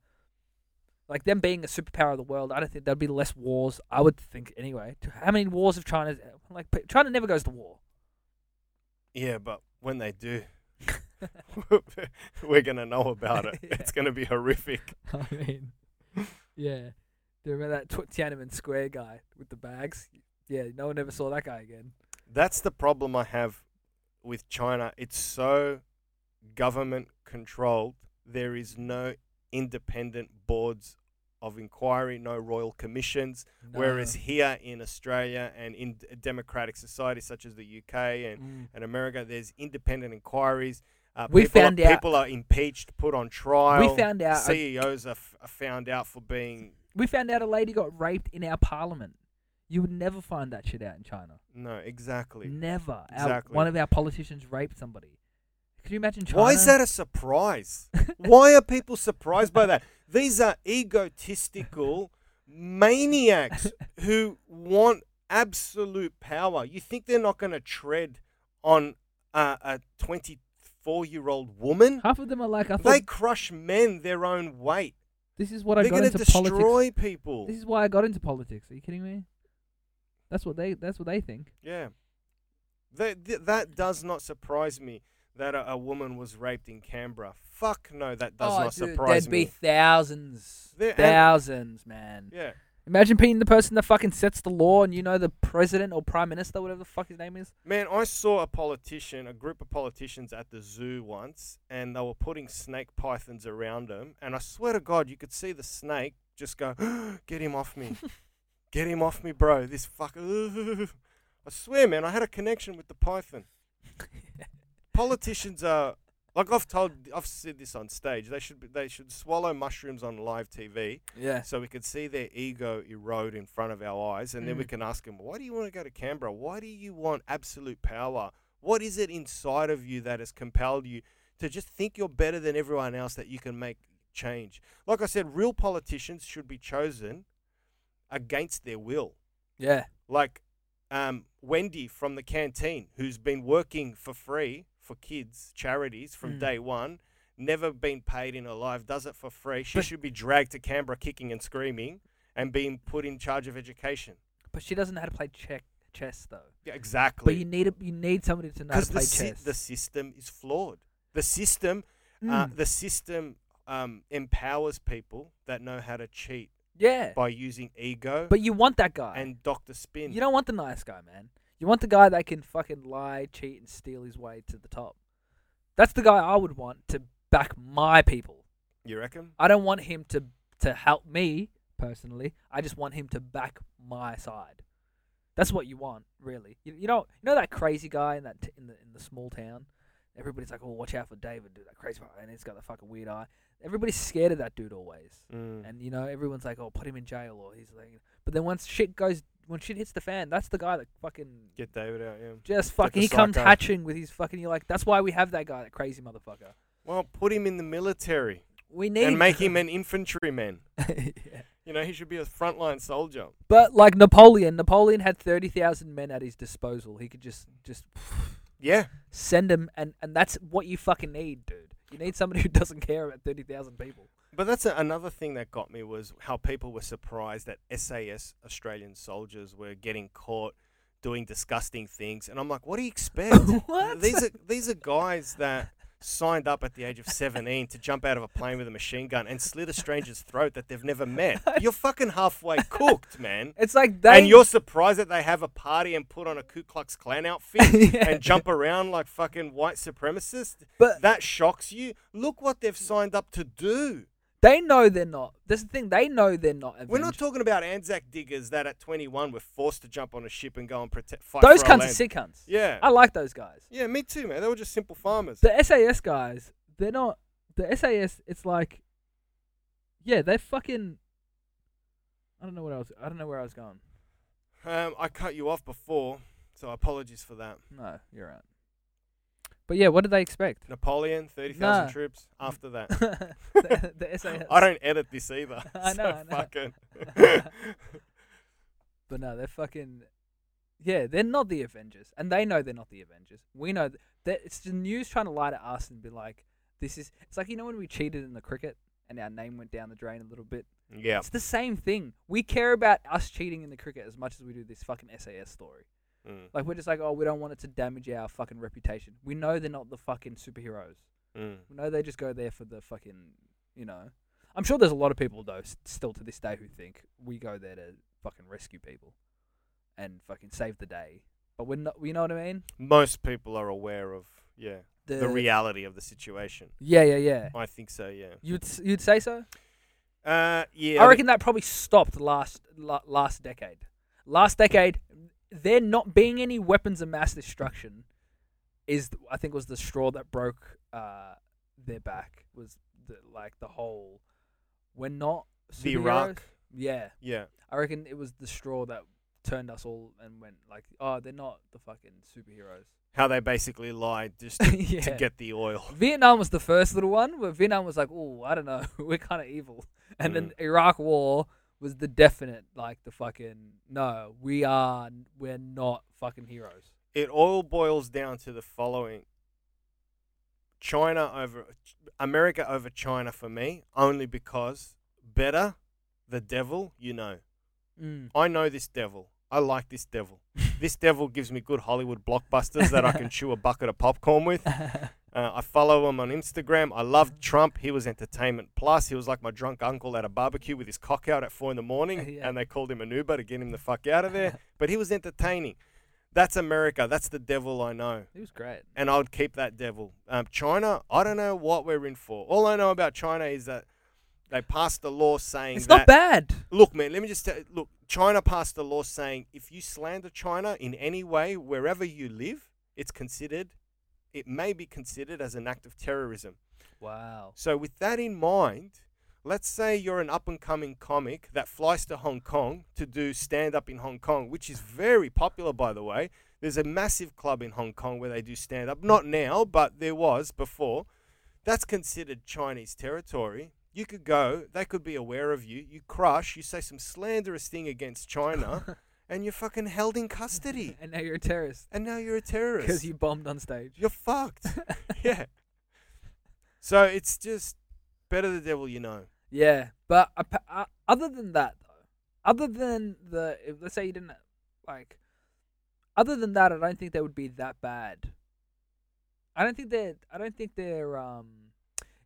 like them being a superpower of the world, I don't think there'd be less wars. I would think anyway. To- How many wars have China's Like p- China never goes to war. Yeah, but when they do, we're gonna know about it. Yeah. It's gonna be horrific. I mean, yeah. Do you remember that Tw- Tiananmen Square guy with the bags? Yeah, no one ever saw that guy again. That's the problem I have with China. It's so government controlled. There is no independent boards of inquiry, no royal commissions. Whereas No. here in Australia and in d- democratic societies such as the UK and, Mm. and America, there's independent inquiries. Uh, We people found are, out- people are impeached, put on trial. we found out uh, a CEOs are, f- are found out for being We found out a lady got raped in our parliament. You would never find that shit out in China. no exactly. Never. Our- Exactly. one of our politicians raped somebody. Can you imagine China? Why is that a surprise? Why are people surprised by that? These are egotistical maniacs who want absolute power. You think they're not going to tread on uh, a 24 year old woman? Half of them are like, I thought They crush men their own weight. this is what I They're got going to into politics. destroy people. This is why I got into politics. Are you kidding me? That's what they. That's what they think. Yeah. That, th- that does not surprise me that a, a woman was raped in Canberra. Fuck no, that does not surprise Oh, there'd me. be thousands, There- and- thousands, man. yeah. Imagine being the person that fucking sets the law, and you know the president or prime minister, whatever the fuck his name is. Man, I saw a politician, a group of politicians at the zoo once, and they were putting snake pythons around them. And I swear to God, you could see the snake just go, "Get him off me! Get him off me, bro! This fucker!" I swear, man, I had a connection with the python. Politicians are like I've told, I've said this on stage. They should be, they should swallow mushrooms on live TV Yeah. so we could see their ego erode in front of our eyes, and then we Mm. can ask them, "Why do you want to go to Canberra? Why do you want absolute power? What is it inside of you that has compelled you to just think you're better than everyone else that you can make change?" Like I said, real politicians should be chosen against their will. Yeah. Like um, Wendy from the canteen, who's been working for free for kids, charities from Mm. day one, never been paid in her life, does it for free. She But- should be dragged to Canberra kicking and screaming and being put in charge of education. But she doesn't know how to play check chess though. Yeah, exactly. But you need a, you need somebody to know how to the, play sy- chess. the system is flawed. The system, uh, Mm. the system um, empowers people that know how to cheat yeah. by using ego But you want that guy. and Doctor Spin. you don't want the nice guy, man. You want the guy that can fucking lie, cheat, and steal his way to the top. That's the guy I would want to back my people. you reckon? I don't want him to to help me personally. I just want him to back my side. That's what you want, really. You, you know, you know that crazy guy in that t- in the in the small town. Everybody's like, "Oh, watch out for David, dude. That crazy one, and he's got the fucking weird eye." Everybody's scared of that dude always, Mm. and you know, everyone's like, "Oh, put him in jail," or he's like. But then once shit goes, when shit hits the fan, that's the guy that fucking Get David out, yeah. just fucking the he comes psycho. hatching with his fucking. You're like, that's why we have that guy, that crazy motherfucker. Well, put him in the military We need and make him an infantryman. Yeah. You know, he should be a frontline soldier. But like Napoleon, Napoleon had thirty thousand men at his disposal. He could just just Yeah. send them, and and that's what you fucking need, dude. You need somebody who doesn't care about thirty thousand people. But that's a, another thing that got me was how people were surprised that SAS Australian soldiers were getting caught doing disgusting things. And I'm like, what do you expect? What? These are these are guys that signed up at the age of 17 to jump out of a plane with a machine gun and slit a stranger's throat that they've never met. You're fucking halfway cooked, man. It's like they. and you're surprised that they have a party and put on a Ku Klux Klan outfit Yeah. and jump around like fucking white supremacists? But- that shocks you. Look what they've signed up to do. they know they're not. That's the thing. They know they're not. Avengers. We're not talking about Anzac diggers that at 21 were forced to jump on a ship and go and protect. Fight those for our cunts are land. sick cunts. Yeah. I like those guys. yeah, me too, man. They were just simple farmers. The SAS guys, they're not. The SAS, it's like, yeah, they fucking. I don't know what I was. I don't know where I was going. Um, I cut you off before, so apologies for that. No, you're right. But yeah, what did they expect? Napoleon, 30,000 Nah. troops after that. the, the SAS. I don't edit this either. I so know, I know. Fucking But no, they're fucking. Yeah, they're not the Avengers, and they know they're not the Avengers. We know th- that it's the news trying to lie to us and be like, "This is." It's like you know when we cheated in the cricket and our name went down the drain a little bit. yeah. It's the same thing. We care about us cheating in the cricket as much as we do this fucking SAS story. Mm. Like we're just like, oh, we don't want it to damage our fucking reputation. We know they're not the fucking superheroes. Mm. We know they just go there for the fucking, you know. I'm sure there's a lot of people though, s- still to this day, who think we go there to fucking rescue people, and fucking save the day. But we're not. You know what I mean? Most people are aware of yeah the reality of the situation. Yeah, yeah, yeah. I think so. Yeah. You'd s- you'd say so? Uh, yeah. I reckon that probably stopped last la- last decade. Last decade, there not being any weapons of mass destruction is I think was the straw that broke uh, their back. Was the, like the whole we're not the superheroes." Iraq. Yeah, Yeah. I reckon it was the straw that turned us all and went like, oh, they're not the fucking superheroes. How they basically lied just to, yeah. to get the oil. Vietnam was the first little one where Vietnam was like, oh, I don't know, we're kind of evil. And then Mm. the Iraq War was the definite, like the fucking no, we are, we're not fucking heroes. it all boils down to the following China over America over China for me, only because better the devil, you know. Mm. I know this devil. I like this devil. this devil gives me good Hollywood blockbusters that I can chew a bucket of popcorn with. Uh, I follow him on Instagram. I loved Trump. He was entertainment plus. He was like my drunk uncle at a barbecue with his cock out at four in the morning, Yeah. and they called him an Uber to get him the fuck out of there. but he was entertaining. That's America. That's the devil I know He was great. and I would keep that devil. Um, China, I don't know what we're in for. All I know about China is that they passed a law saying It's that. not bad. Look, man, let me just tell look. China passed a law saying if you slander China in any way, wherever you live, it's considered. It may be considered as an act of terrorism. Wow. So, with that in mind, let's say you're an up and coming comic that flies to Hong Kong to do stand up in Hong Kong, which is very popular, by the way. There's a massive club in Hong Kong where they do stand up. Not now, but there was before. That's considered Chinese territory. You could go, they could be aware of you. You crush, you say some slanderous thing against China, and you're fucking held in custody. And now you're a terrorist And now you're a terrorist. because you bombed on stage. You're fucked. yeah. So it's just better the devil you know. Yeah, but apa- uh, other than that, though, other than the if, let's say you didn't like, other than that, I don't think they would be that bad. I don't think they're. I don't think they're. Um,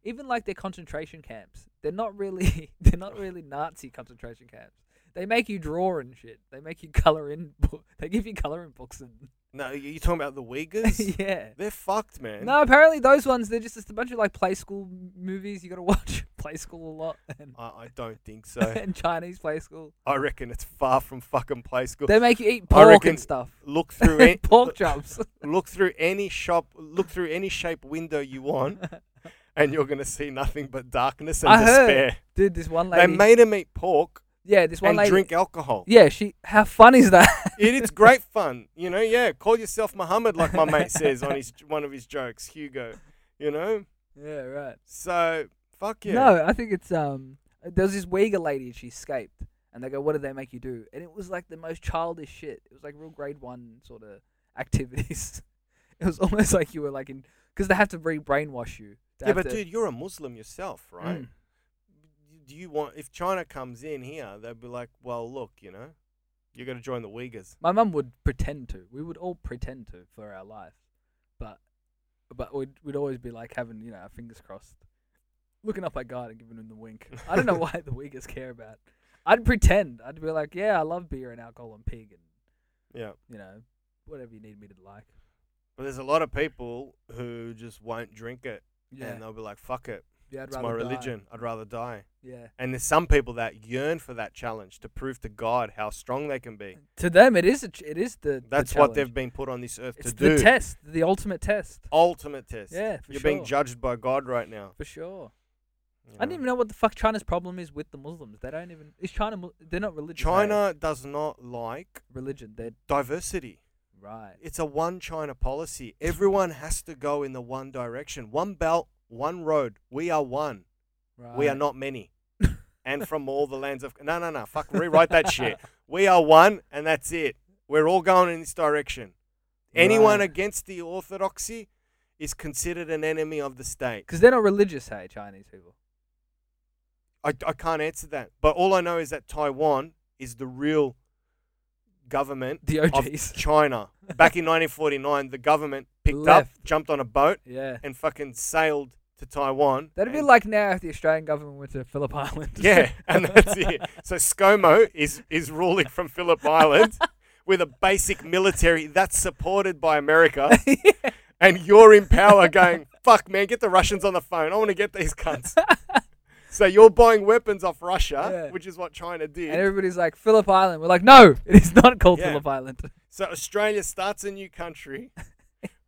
even like their concentration camps, they're not really. They're not really Nazi concentration camps. They make you draw and shit. They make you color in. bo- They give you coloring books and No, you- you're talking about the Uyghurs? yeah. They're fucked, man. No, apparently those ones they're just, just a bunch of like play school m- movies. You gotta watch play school a lot and, I, I don't think so. and Chinese play school. I reckon it's far from fucking play school. They make you eat I pork reckon and stuff. Look through it. pork chops. Look through any shop. Look through any shape window you want, and you're gonna see nothing but darkness and I heard despair. Dude, this one They lady. made him eat pork yeah, this one and lady. drink alcohol. Yeah, she. How fun is that? it, it's great fun, you know. Yeah, call yourself Muhammad, like my mate says on his one of his jokes, Hugo. You know, yeah, right. So fuck yeah. No, I think it's um. There was this Uyghur lady and she escaped, and they go, "What did they make you do?" And it was like the most childish shit. It was like real grade one sort of activities. it was almost like you were like in because they have to re brainwash you. They yeah, have but to- dude, you're a Muslim yourself, right? Mm. Do you want if China comes in here, they'd be like, well, look, you know, you're gonna join the Uyghurs. My mum would pretend to. We would all pretend to for our life, but but we'd we'd always be like having you know our fingers crossed, looking up at God and giving him the wink. I don't know why the Uyghurs care about. I'd pretend. I'd be like, yeah, I love beer and alcohol and pig and Yeah, you know whatever you need me to like. but there's a lot of people who just won't drink it, Yeah, and they'll be like, fuck it, yeah. I'd it's my rather die. religion. I'd rather die. Yeah. And there's some people that yearn for that challenge to prove to God how strong they can be. To them, it is a ch- it is the the That's what they've challenge. been put on this earth It's to the do. test, the ultimate test. Ultimate test. Yeah, for you're sure. being judged by God right now. for sure. you I know. didn't even know what the fuck China's problem is with the Muslims. They don't even. Is China? Mu- They're not religious. eh? China does not like religion. They're diversity. Right. It's a one China policy. Everyone has to go in the one direction. One belt, one road. We are one. Right. We are not many. and from all the lands of No, no, no. Fuck rewrite that shit. We are one and that's it. We're all going in this direction. Anyone Right. against the orthodoxy is considered an enemy of the state. Because they're not religious, hey, Chinese people. I, I can't answer that. But all I know is that Taiwan is the real government The of OGs. China. Back in 1949, the government picked Left. up, jumped on a boat, yeah. and fucking sailed to Taiwan. That'd be and- like now if the Australian government went to Phillip Island. yeah, and that's it. So ScoMo is is ruling from Phillip Island with a basic military that's supported by America, and you're in power, going fuck man, get the Russians on the phone. I want to get these cunts. so you're buying weapons off Russia, Yeah. which is what China did. and everybody's like, Phillip Island. We're like, no, it is not called Yeah. Phillip Island. So Australia starts a new country,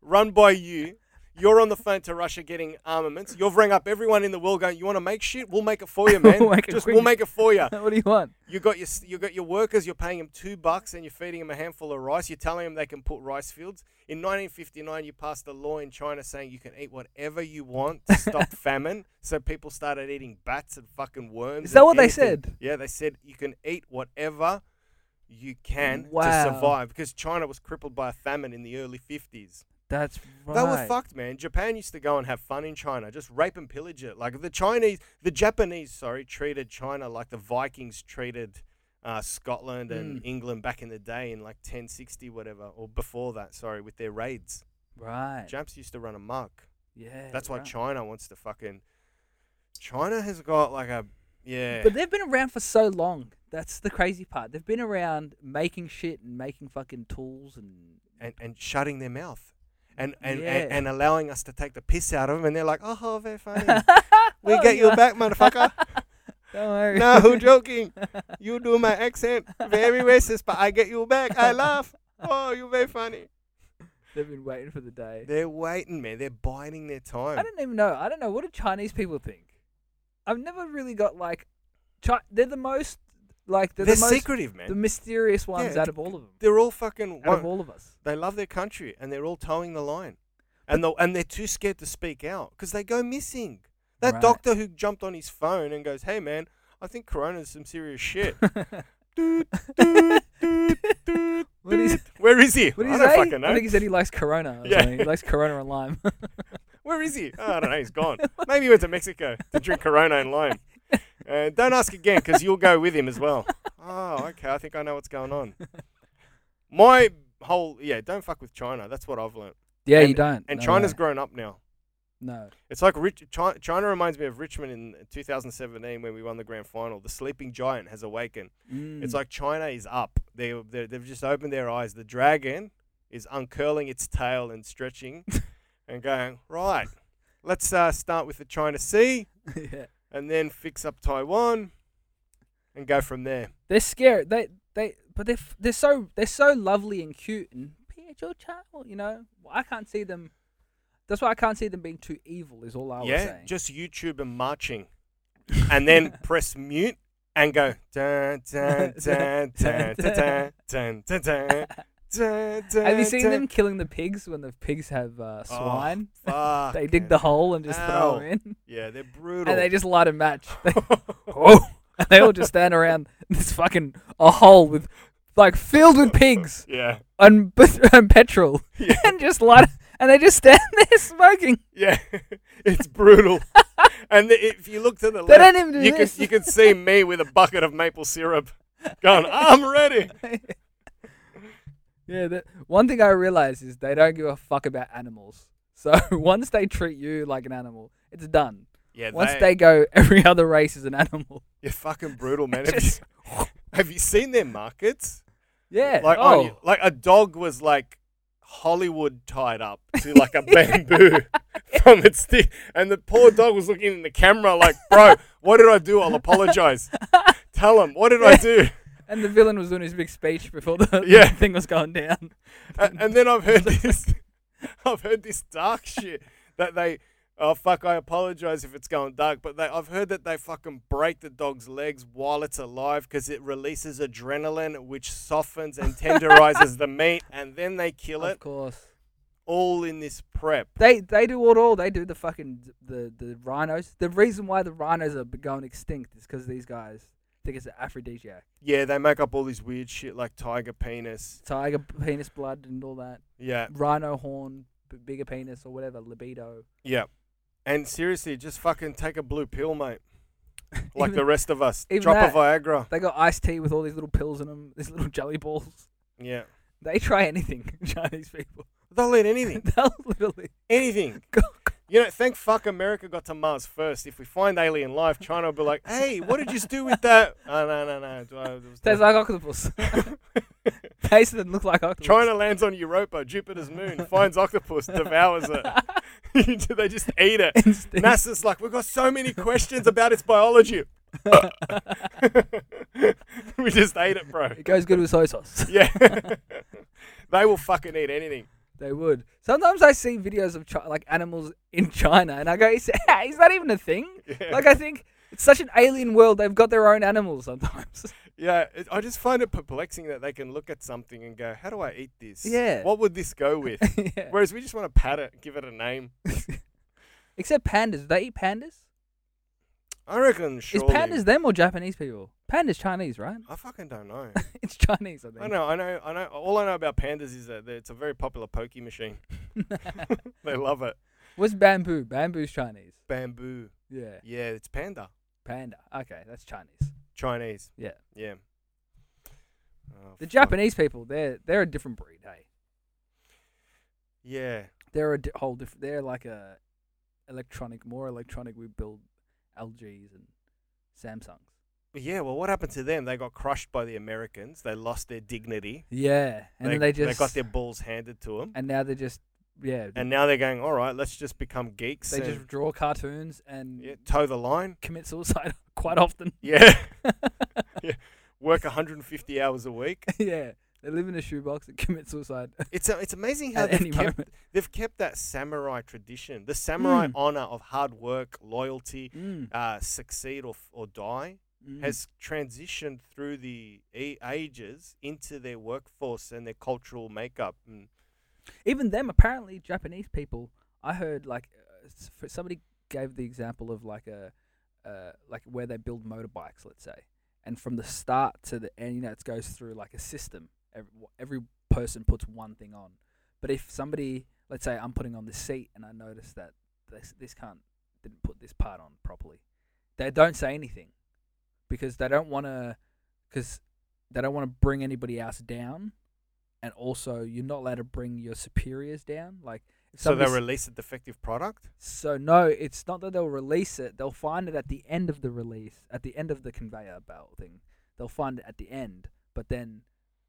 run by you. You're on the phone to Russia getting armaments. You've rang up everyone in the world going, "You want to make shit? We'll make it for you, man. We'll make it Just quick." we'll make it for you." what do you want? You got your you got your workers. You're paying them two bucks, and you're feeding them a handful of rice. You're telling them they can put rice fields. In 1959, you passed a law in China saying you can eat whatever you want to stop famine. So people started eating bats and fucking worms. Is that and what they anything. said? Yeah, they said you can eat whatever you can Wow. to survive because China was crippled by a famine in the early 50s. That's right. They were fucked, man. Japan used to go and have fun in China, just rape and pillage it. Like the Chinese, the Japanese, sorry, treated China like the Vikings treated uh, Scotland and Mm. England back in the day in like 1060, whatever, or before that, sorry, with their raids. Right. Japs used to run amok. Yeah. That's why right. China wants to fucking. China has got like a. Yeah. But they've been around for so long. That's the crazy part. They've been around making shit and making fucking tools and and, and shutting their mouth. And and, and Yeah. and allowing us to take the piss out of them, and they're like, "Oh, very funny. We Oh, get you you are- back, motherfucker." Don't worry. No, who joking? You do my accent very racist, but I get you back. I laugh. Oh, you very funny. They've been waiting for the day. They're waiting, man. They're biding their time. I don't even know. I don't know. What do Chinese people think? I've never really got like, Chi- they're the most like they're, They're the most, secretive, man. the mysterious ones Yeah, out of all of them. They're all fucking. Out One, of all of us. they love their country, and they're all towing the line, and the, and they're too scared to speak out because they go missing. That Right. doctor who jumped on his phone and goes, "Hey, man, I think Corona's some serious shit." Doot, doot, doot, doot, What is- doot. Where is he? What did he I don't say? fucking know. I think he said he likes Corona. Or Yeah. something. He likes Corona and lime. Where is he? Oh, I don't know. He's gone. Maybe he went to Mexico to drink Corona and lime. Uh, don't ask again because you'll go with him as well. Oh, okay. I think I know what's going on. My whole yeah, don't fuck with China. That's what I've learnt. yeah, you And- don't. And No China's way. grown up now. no. It's like Rich, China, China reminds me of Richmond in 2017 when we won the grand final. The sleeping giant has awakened. It's Mm. like China is up. They they- they've just opened their eyes. The dragon is uncurling its tail and stretching, and going right. Let's uh, start with the China Sea, Mm. yeah. and then fix up Taiwan, and go from there. They're scared. They they but they're f- they're so they're so lovely and cute and "Pet your child. You know, Well, I can't see them. That's why I can't see them being too evil. Is all I was yeah, saying. just YouTube and marching, and then press mute and go. Dun, dun, dun, dun, dun, dun, dun, dun, dun, dun, have dun, you seen dun. them killing the pigs when the pigs have uh, Oh, swine? fuck, they dig man. the hole and just throw Ow. 'em in, Yeah, they're brutal. and they just light a match. They, oh, and they all just stand around this fucking a hole with like filled with pigs yeah. and, and petrol, Yeah. and just light. And they just stand there smoking. Yeah, it's brutal. and the, if you look to the They left, don't even do you can this. you can see me with a bucket of maple syrup, going, "I'm ready." Yeah, that one thing I realize is they don't give a fuck about animals. So once they treat you like an animal, it's done. Yeah, Once they go, every other race is an animal. you're fucking brutal, man. Have you, Just- have you seen their markets? yeah. Like oh, on- like a dog was like Hollywood tied up to like a bamboo from its stick, and the poor dog was looking in the camera like, "Bro, what did I do? I'll apologize. Tell him what did I do." and the villain was doing his big speech before the Yeah. thing was going down. A- and then I've heard this, I've heard this dark shit that they. Oh fuck! I apologize if it's going dark, but they, I've heard that they fucking break the dog's legs while it's alive because it releases adrenaline, which softens and tenderizes the meat, and then they kill Of it. course. All in this prep. They they do it all. They do the fucking the the rhinos. The reason why the rhinos are going extinct is because these guys think it's an aphrodisiac, Yeah, they make up all this weird shit like tiger penis. tiger penis blood and all that. Yeah, Rhino horn, b- bigger penis or whatever libido. yeah. And seriously, just fucking take a blue pill, mate. Like Even- the rest of us. even Drop that- a Viagra. They got iced tea with all these little pills in them, these little jelly balls. Yeah. They try anything, Chinese people. They'll eat anything. They'll literally anything. go. You know, thank fuck America got to Mars first. If we find alien life, China will be like, hey, what did you do with that? Oh, no, no, no. Do I- it was done. Tastes like octopus. Tastes and look like octopus. China lands on Europa, Jupiter's moon, finds octopus, devours it. they just eat it. Instinct. NASA's like, we've got so many questions about its biology. we just ate it, bro. It goes good with soy sauce. Yeah. they will fucking eat anything. They would. Sometimes I see videos of chi- like animals in China, and I go, "Is, is that even a thing?" Yeah. Like I think it's such an alien world. They've got their own animals sometimes. Yeah, it, I just find it perplexing that they can look at something and go, "How do I eat this? Yeah. what would this go with?" yeah. Whereas we just want to pat it, give it a name. Except pandas. Do they eat pandas? I reckon. Surely, Is pandas them or Japanese people? Pandas Chinese, right? I fucking don't know. it's Chinese, I think. I know, I know, I know. All I know about pandas is that it's a very popular pokey machine. they love it. What's bamboo? Bamboo's Chinese. Bamboo. Yeah. Yeah, it's panda. Panda. Okay, that's Chinese. Chinese. Yeah. Yeah. Oh, The fuck. Japanese people, they're they're a different breed. Hey, Yeah. they're a di- whole different. They're like a electronic, more electronic. We build LGs and Samsungs. Yeah, well, what happened to them? They got crushed by the Americans. They lost their dignity. Yeah, and then they just they got their balls handed to them. and now they just yeah And now they're going, all right, let's just become geeks they and just draw cartoons and yeah, toe the line. commit suicide quite often. Yeah. yeah. Work 150 hours a week. yeah, they live in a shoebox and commit suicide It's a, it's amazing how at they've any kept, moment. they've kept that samurai tradition, the samurai Mm. honor of hard work, loyalty, Mm, uh, succeed or, f- or die, mm. has transitioned through the a- ages into their workforce and their cultural makeup. And even them apparently Japanese people. I heard like uh, s- for- somebody gave the example of like a uh, like where they build motorbikes, let's say, and from the start to the end, you know, it goes through like a system. Every, every person puts one thing on, but if somebody, let's say, I'm putting on this seat, and I notice that this this can't didn't put this part on properly, they don't say anything because they don't want to because they don't want to bring anybody else down and also you're not allowed to bring your superiors down like if so they somebody's- release a defective product. so no it's not that they'll release it they'll find it at the end of the release at the end of the conveyor belt thing they'll find it at the end but then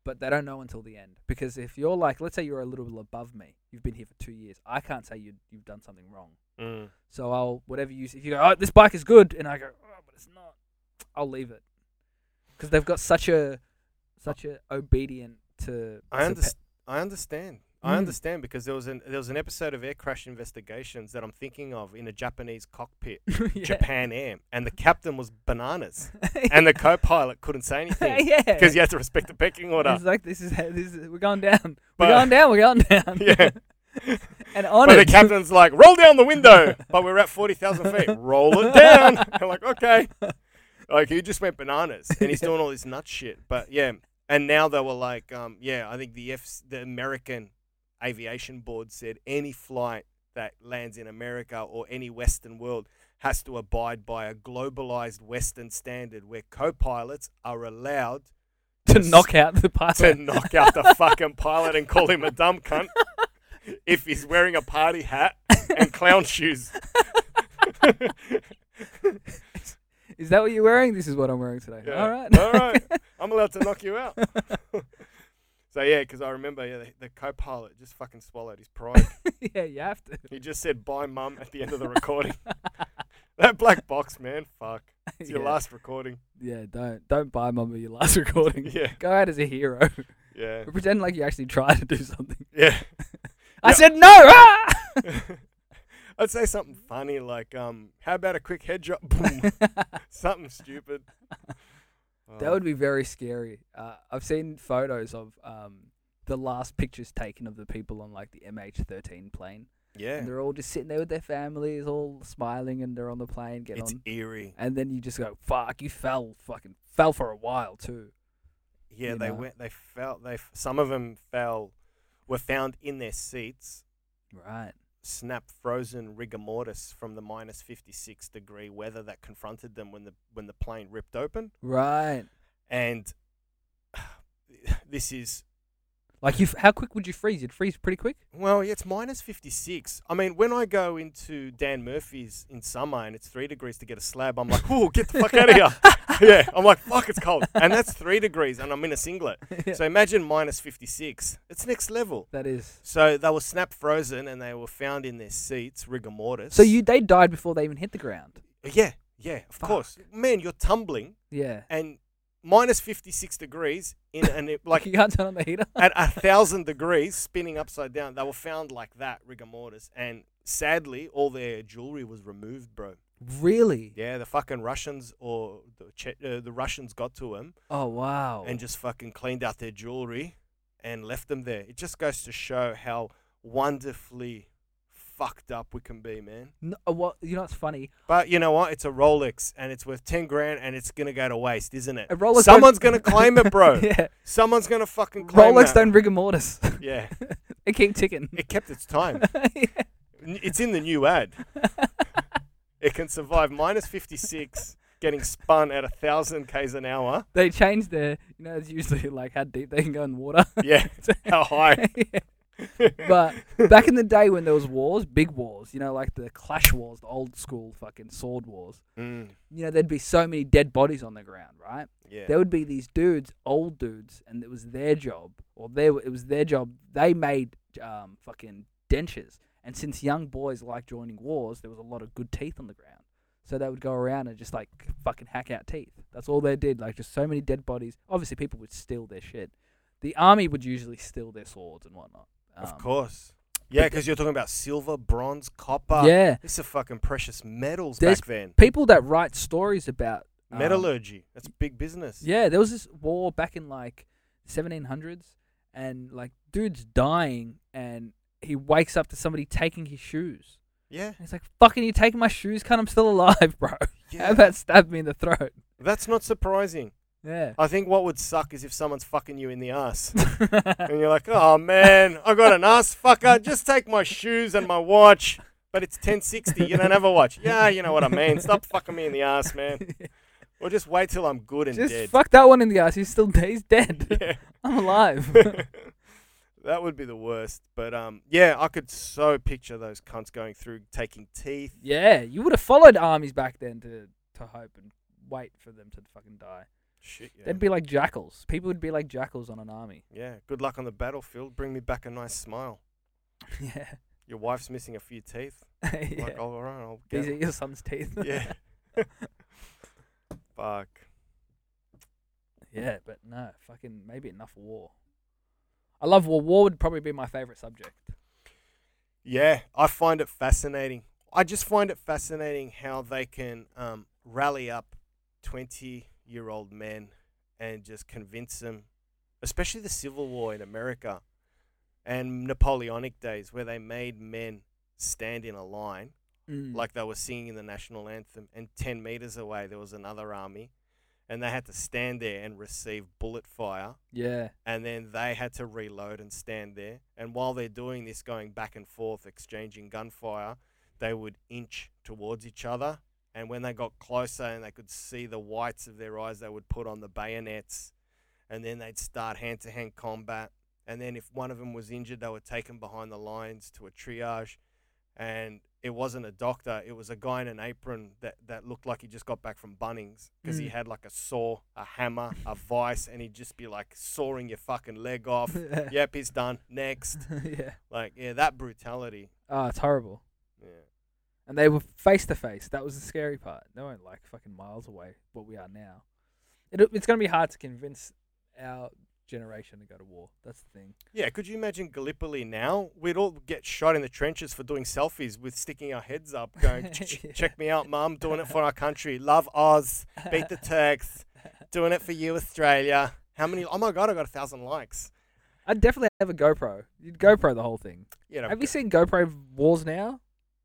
but they don't know until the end because if you're like let's say you're a little above me you've been here for two years i can't say you, you've done something wrong Mm. so I'll whatever you if you go, oh, this bike is good, and I go, oh, but it's not. I'll leave it because they've got such a such a obedient to. I, to underst- I understand. I Mm. understand because there was an there was an episode of Air Crash Investigations that I'm thinking of in a Japanese cockpit, pe- yeah. Japan Air, and the captain was bananas, and the co-pilot couldn't say anything yeah, because you had to respect the pecking order. It's like this is how- this is, we're going down, But- we're going down, we're going down. Yeah. and on But the it, captain's like, "Roll down the window," but we're at forty thousand feet. Roll it down. I'm like, okay, like he just went bananas, and he's doing all this nut shit. But yeah, and now they were like, um, yeah, I think the F, the American Aviation Board said any flight that lands in America or any Western world has to abide by a globalized Western standard where co-pilots are allowed to knock out the to pilot. knock out the fucking pilot and call him a dumb cunt if he's wearing a party hat and clown shoes. Is that what you're wearing? This is what I'm wearing today. Yeah. All right. All right. I'm allowed to knock you out. so, yeah, because I remember yeah, the, the co pilot just fucking swallowed his pride. yeah, you have to. he just said, bye, mum, at the end of the recording. that black box, man. Fuck. It's your yeah. last recording. yeah, don't don't buy mama your last recording. Yeah. Go out as a hero. Yeah. Pretend like you actually tried to do something. Yeah. I Yeah. said no. Ah! I'd say something funny like, um, how about a quick head drop? Boom. something stupid. Um, that would be very scary. Uh, I've seen photos of um, the last pictures taken of the people on like the MH13 plane, Yeah. and they're all just sitting there with their families, all smiling, and they're on the plane. Get It's on, uh, eerie. and then you just go, "Fuck, you fell, fucking fell for a while too." Yeah, you they know. went. They fell. They f- some of them fell, were found in their seats, Right. snap frozen rigor mortis from the minus fifty six degree weather that confronted them when the when the plane ripped open. Right. And this is Like, you, f- how quick would you freeze? You'd freeze pretty quick. Well, yeah, it's minus 56. I mean, when I go into Dan Murphy's in summer and it's three degrees to get a slab, I'm like, oh, get the fuck out of here. yeah, I'm like, fuck, it's cold. And that's three degrees and I'm in a singlet. Yeah. So imagine minus 56. It's next level. That is. So they were snap frozen and they were found in their seats, rigor mortis. So you they died before they even hit the ground. Yeah, yeah, of Fuck. course. Man, you're tumbling Yeah. and minus 56 degrees in an, like, you can't turn on the heater. at a thousand degrees, spinning upside down. They were found like that, rigor mortis, and sadly, all their jewelry was removed, bro. really? Yeah, the fucking Russians or the che- uh, the Russians got to them Oh wow. and just fucking cleaned out their jewelry and left them there. It just goes to show how wonderfully fucked up we can be, man. No, uh, what you know? It's funny. But you know what? It's a Rolex and it's worth ten grand and it's gonna go to waste, isn't it? A Rolex. Someone's don't- gonna claim it, bro. yeah. Someone's gonna fucking claim Rolex that. don't rigor mortis. Yeah, they keep ticking. it kept its time. Yeah. N- It's in the new ad. it can survive minus 56, getting spun at 1,000 k's an hour. They change their. You know, it's usually like how deep they can go in water. Yeah, how high? Yeah. But back in the day when there was wars, big wars, you know, like the clash wars, the old school fucking sword wars. Mm, You know, there'd be so many dead bodies on the ground, right? yeah. there would be these dudes, old dudes, and it was their job, or their it was their job. They made um, fucking dentures, and since young boys like joining wars, there was a lot of good teeth on the ground, so they would go around and just like fucking hack out teeth. That's all they did. Like just so many dead bodies. Obviously, people would steal their shit. The army would usually steal their swords and whatnot. of Um, course. Yeah, but- because you're talking about silver, bronze, copper. Yeah, These are fucking precious metals There's- back then. people that write stories about um, Metallurgy. That's big business. Yeah, there was this war back in like 1700s, and like dude's dying, and he wakes up to somebody taking his shoes. Yeah. And he's like, "Fucking, you taking my shoes? Cunt, I'm still alive, bro. How yeah. about stab me in the throat?" That's not surprising. Yeah. I think what would suck is if someone's fucking you in the ass. and you're like, oh man, I got an ass fucker. Just take my shoes and my watch. But it's 1060. You don't have a watch. Yeah, you know what I mean. Stop fucking me in the ass, man. Or just wait till I'm good and Just dead. fuck that one in the ass. He's still he's dead. Yeah. I'm alive. that would be the worst. But um, yeah, I could so picture those cunts going through taking teeth. yeah, you would have followed armies back then to to hope and wait for them to fucking die. Shit, yeah. They'd be like jackals. People would be like jackals on an army. yeah. Good luck on the battlefield. Bring me back a nice smile. yeah. Your wife's missing a few teeth. yeah. Like, oh, all right, I'll get These are your son's teeth. Yeah. Fuck. Yeah, but no, fucking maybe enough war. I love war. War would probably be my favorite subject. Yeah, I find it fascinating. I just find it fascinating how they can um, rally up 20 year old men and just convince them, especially the Civil War in America and Napoleonic days, where they made men stand in a line Hmm. Mm, like they were singing the national anthem, and 10 meters away there was another army, and they had to stand there and receive bullet fire yeah, and then they had to reload and stand there. And while they're doing this, going back and forth, exchanging gunfire, they would inch towards each other. And when they got closer and they could see the whites of their eyes, they would put on the bayonets, and then they'd start hand to hand combat. And then if one of them was injured, they were taken behind the lines to a triage. And it wasn't a doctor; it was a guy in an apron that, that looked like he just got back from Bunnings because he Mm. had like a saw, a hammer, a vice, and he'd just be like sawing your fucking leg off. yeah, yep, he's done. Next, yeah. like yeah, that brutality. Oh, it's horrible. Yeah, And they were face to face. That was the scary part. They weren't like fucking miles away. What we are now, it, it's gonna be hard to convince our generation to go to war. That's the thing. yeah. Could you imagine Gallipoli now? We'd all get shot in the trenches for doing selfies with sticking our heads up, going, "Ch- ch- "Check me out, mum, doing it for our country. Love Oz, beat the Turks, doing it for you, Australia." How many? Oh my god, I got a thousand likes. I'd definitely have a GoPro. You'd GoPro the whole thing. Yeah, Have you seen GoPro wars now?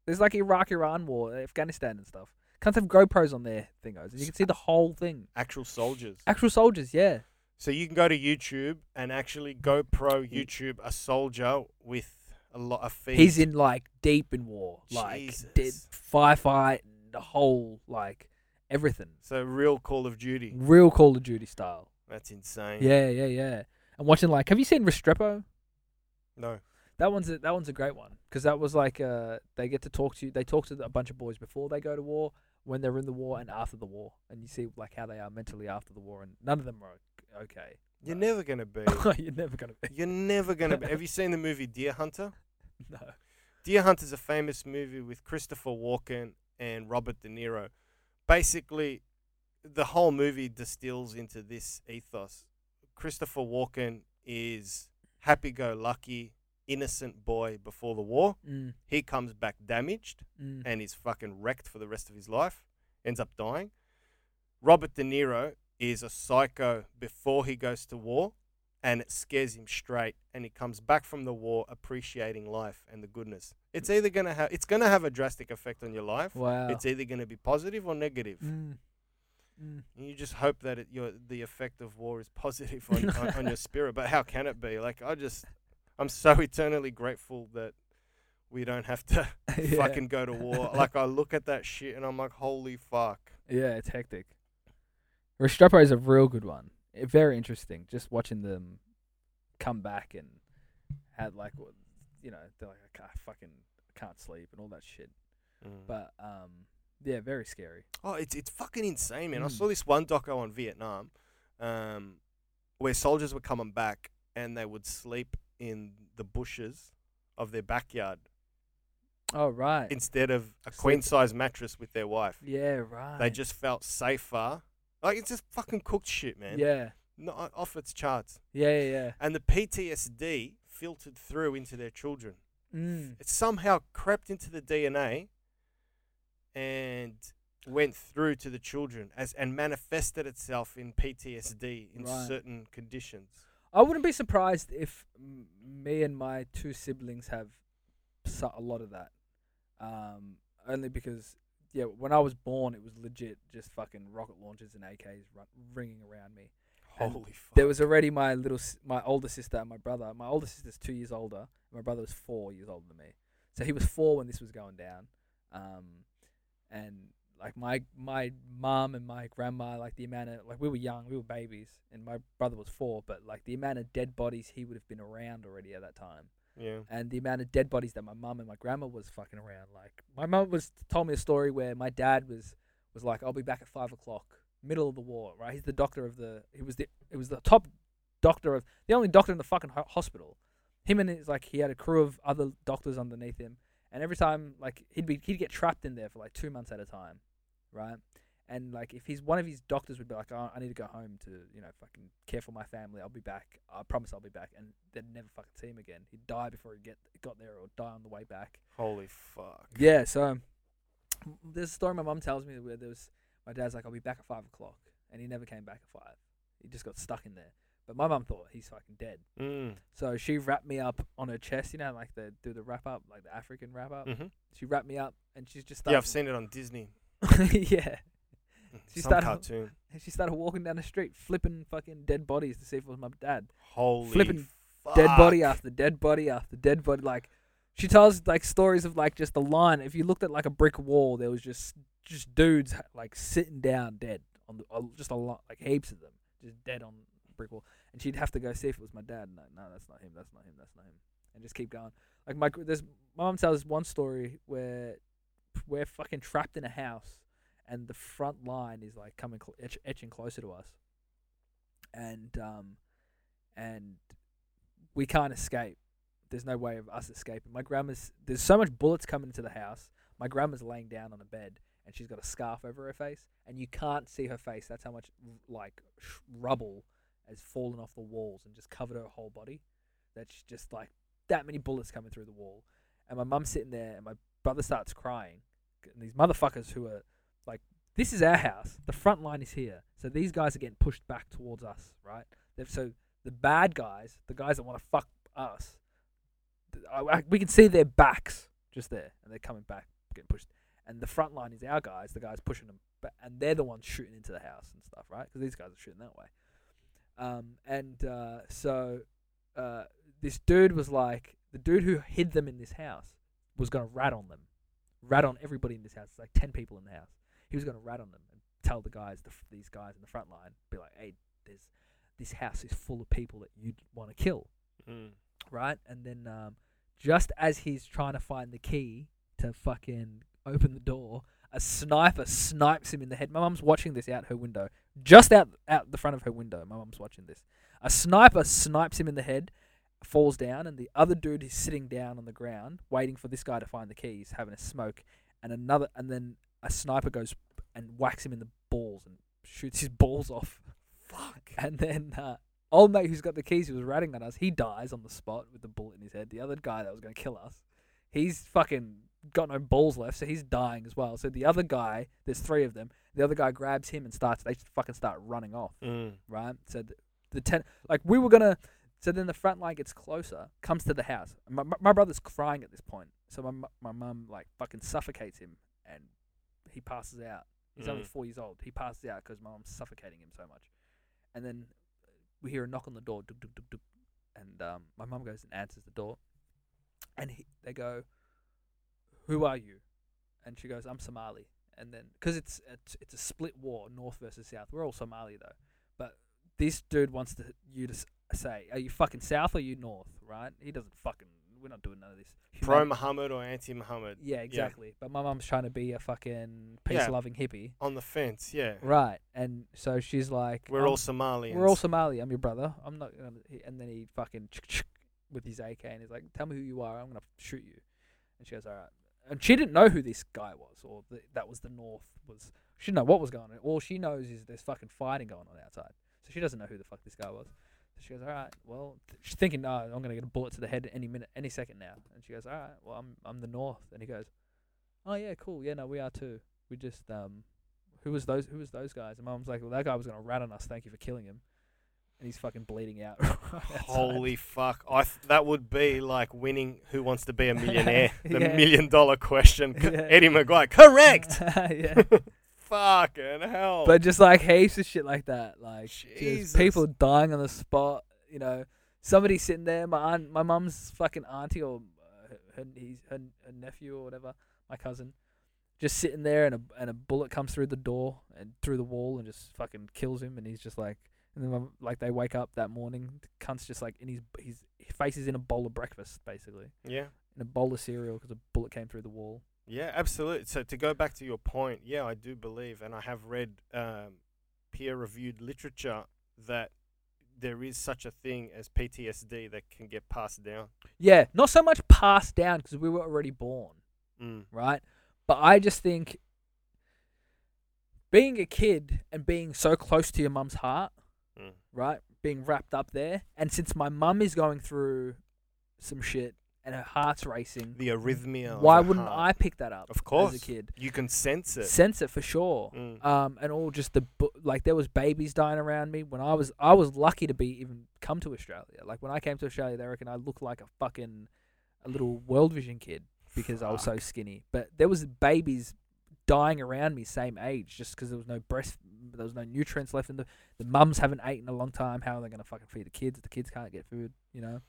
There's like Iraq, Iran war, Afghanistan and stuff. Can't have GoPros on their thingos. You can see the whole thing. actual soldiers? Actual soldiers, yeah. So you can go to YouTube and actually GoPro YouTube a soldier with a lot of feet. He's in like deep in war, like dead Jesus. firefight, the whole like everything. So real Call of Duty. Real Call of Duty style. That's insane. Yeah, yeah, yeah. And I'm watching like, have you seen Restrepo? No. That one's a, that one's a great one because that was like uh, they get to talk to they talk to a bunch of boys before they go to war, when they're in the war, and after the war, and you see like how they are mentally after the war, and none of them are o- okay. You're No. never gonna be. You're never gonna be You're never gonna be. Have you seen the movie Deer Hunter? no. Deer Hunter's a famous movie with Christopher Walken and Robert De Niro. Basically, the whole movie distills into this ethos. Christopher Walken is happy-go-lucky, innocent boy before the war. Mm, He comes back damaged. mm. and is fucking wrecked for the rest of his life, ends up dying. Robert De Niro is a psycho before he goes to war, and it scares him straight. And he comes back from the war appreciating life and the goodness. It's either gonna have it's gonna have a drastic effect on your life. Mm. Wow. It's either gonna be positive or negative. Mm. Mm. And You just hope that it, your the effect of war is positive on, on, on your spirit. But how can it be? Like I just, I'm so eternally grateful that we don't have to Yeah. fucking go to war. like I look at that shit and I'm like, holy fuck. Yeah, it's hectic. Restrepo is a real good one. Eh, Very interesting. Just watching them come back and had like, w- you know, they're like, I can't fucking can't sleep and all that shit. But um, yeah, very scary. oh, it's it's fucking insane, man. I Mm. saw this one doco on Vietnam, um, where soldiers were coming back and they would sleep in the bushes of their backyard Oh right. instead of a Sleep- queen size mattress with their wife. yeah right. They just felt safer. Like it's just fucking cooked shit, man. yeah Not uh, off its charts. yeah yeah. And the PTSD filtered through into their children. yeah. Mm. it somehow crept into the DNA and went through to the children as and manifested itself in PTSD in Right. certain conditions. I wouldn't be surprised if m- me and my two siblings have so- a lot of that. Um, only because yeah, when I was born, it was legit just fucking rocket launchers and AKs run- ringing around me. And Holy fuck! There was already my little, s- my older sister and my brother. My older sister's two years older. And my brother was four years older than me, so he was four when this was going down. Um, and like my my mom and my grandma, like the amount of like we were young, we were babies, and my brother was four, but like the amount of dead bodies he would have been around already at that time yeah. and the amount of dead bodies that my mum and my grandma was fucking around. Like my mum was told me a story where my dad was was like, "I'll be back at five o'clock, middle of the war." Right? He's the doctor of the. He was the. It was the top doctor of the only doctor in the fucking ho- hospital. Him and his like he had a crew of other doctors underneath him, and every time like he'd be he'd get trapped in there for like two months at a time, right? And like if he's one of his doctors would be like, oh, I need to go home to you know fucking care for my family. I'll be back. I promise I'll be back. And they'd never fucking see him again. He'd die before he get got there or die on the way back. Holy fuck! Yeah. So there's a story my mum tells me where there was my dad's like, I'll be back at five o'clock, and he never came back at five. He just got stuck in there. But my mum thought he's fucking dead. Mm. So she wrapped me up on her chest, you know, like they do the wrap up, like the African wrap up. Mhm. She wrapped me up, and she's just Yeah, I've started- seen it on Disney. Mm. yeah. She Some started- cartoon. And she started walking down the street, flipping fucking dead bodies to see if it was my dad. Holy flipping fuck. Dead body after dead body after dead body. Like she tells like stories of like just the line. If you looked at like a brick wall, there was just just dudes like sitting down dead on the, uh, just a lot like heaps of them just dead on brick wall. And she'd have to go see if it was my dad. And like, no, that's not him. That's not him. That's not him. And just keep going. Like my gr- there's my mom tells one story where we're fucking trapped in a house and the front line is like coming cl- etch- etching closer to us and um and we can't escape there's no way of us escaping my grandma's there's so much bullets coming into the house my grandma's laying down on a bed and she's got a scarf over her face and you can't see her face that's how much like sh- rubble has fallen off the walls and just covered her whole body that's just like that many bullets coming through the wall and my mum's sitting there and my brother starts crying and these motherfuckers who are like, this is our house. The front line is here. So these guys are getting pushed back towards us, right? They've, so the bad guys, the guys that want to fuck us, th- I, I- we can see their backs just there, and they're coming back, getting pushed. And the front line is our guys, the guys pushing them, ba- and they're the ones shooting into the house and stuff, right? Because these guys are shooting that way. Um, and uh, so uh, this dude was like, the dude who hid them in this house was going to rat on them rat on everybody in this house. It's like ten people in the house. He was going to rat on them and tell the guys, the, f- these guys in the front line, be like, "Hey, there's this house is full of people that you'd want to kill, Mm. right? And then um, just as he's trying to find the key to fucking open the door, a sniper snipes him in the head. My mum's watching this out her window, just out out the front of her window. My mum's watching this. A sniper snipes him in the head, falls down, and the other dude is sitting down on the ground waiting for this guy to find the keys, having a smoke, and another, and then a sniper goes and whacks him in the balls and shoots his balls off. Fuck. And then uh, old mate who's got the keys, who was ratting on us, he dies on the spot with the bullet in his head. The other guy that was going to kill us, he's fucking got no balls left, so he's dying as well. So the other guy, there's three of them. The other guy grabs him and starts. They fucking start running off, Mm. right? So th- the ten, like we were gonna. So then the front line gets closer, comes to the house. My, my, my brother's crying at this point, so my mu- my mum like fucking suffocates him, and he passes out. He's only Mm. four years old. He passes out because mom's suffocating him so much. And then uh, we hear a knock on the door, duk, duk, duk, duk, and um, my mum goes and answers the door. And he, they go, "Who are you?" And she goes, "I'm Somali." And then because it's, it's it's a split war, North versus South. We're all Somali though, but this dude wants to, you to s- say, "Are you fucking South or you North?" Right? He doesn't fucking. We're not doing none of this. Pro Human- Muhammad or anti Muhammad Yeah, exactly. But my mum's trying to be a Yeah. fucking peace-loving hippie. on the fence. Yeah, Right, and so she's like, we're "I'm- all Somalians. we're all Somali. I'm your brother. I'm not." Gonna, he- and then he fucking with his AK, and he's like, "Tell me who you are. I'm gonna shoot you." And she goes, "All right." And she didn't know who this guy was, or the, that was the North. Was she didn't know what was going on? All she knows is there's fucking fighting going on outside, so she doesn't know who the fuck this guy was. So she goes, "All right, well," th- she's thinking, "Oh, I'm gonna get a bullet to the head any minute, any second now." And she goes, "All right, well, I'm I'm the North." And he goes, "Oh yeah, cool. Yeah, no, we are too. We just um." who was those who was those guys? And mom's like, well, that guy was gonna rat on us. Thank you for killing him. And he's fucking bleeding out. outside. Holy fuck! I th- that would be like winning Who Wants to Be a Millionaire, the Yeah. million dollar question. Yeah. Eddie McGuire, correct. yeah. Fucking hell! But just like heaps of shit like that, like just Oh. Jesus. people dying on the spot. You know, somebody sitting there. My aunt, my mum's fucking auntie or uh, her, her, he's, her her nephew or whatever, my cousin, just sitting there, and a and a bullet comes through the door and through the wall and just fucking kills him, and he's just like. And then, my- like, they wake up that morning. The cunt's just like in his his face is in a bowl of breakfast, basically, yeah, in a bowl of cereal because a bullet came through the wall. yeah, absolutely. So to go back to your point, yeah, I do believe, and I have read um, peer-reviewed literature that there is such a thing as PTSD that can get passed down. Yeah, not so much passed down because we were already born. Mm. right? But I just think being a kid and being so close to your mum's heart, Mm. right? Being wrapped up there, and since my mum is going through some shit and her heart's racing, The arrhythmia. why wouldn't I pick that up? Of course, as a kid, you can sense it. sense it for sure. Mm. Um, and all just the bu- like there was babies dying around me when I was I was lucky to be even come to Australia. Like when I came to Australia, they reckon I looked like a fucking a little World Vision kid because I was so skinny. But there was babies dying around me same age just because there was no breast, there was no nutrients left in the the mums haven't eaten in a long time. How are they gonna fucking feed the kids? The kids can't get food, you know.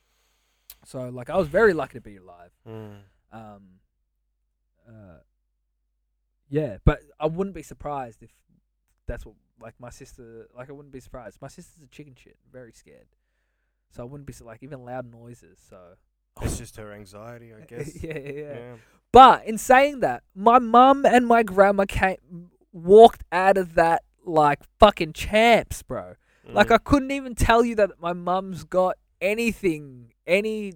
So like I was very lucky to be alive Mm. um, uh, yeah, but I wouldn't be surprised if that's what like my sister like I wouldn't be surprised. My sister's a chicken shit, very scared, so I wouldn't be so, like even loud noises. So It's just her anxiety, I guess. yeah, yeah, yeah. yeah. But in saying that, my mum and my grandma came walked out of that like fucking champs, bro. Like I Mm. couldn't even tell you that my mum's got anything, any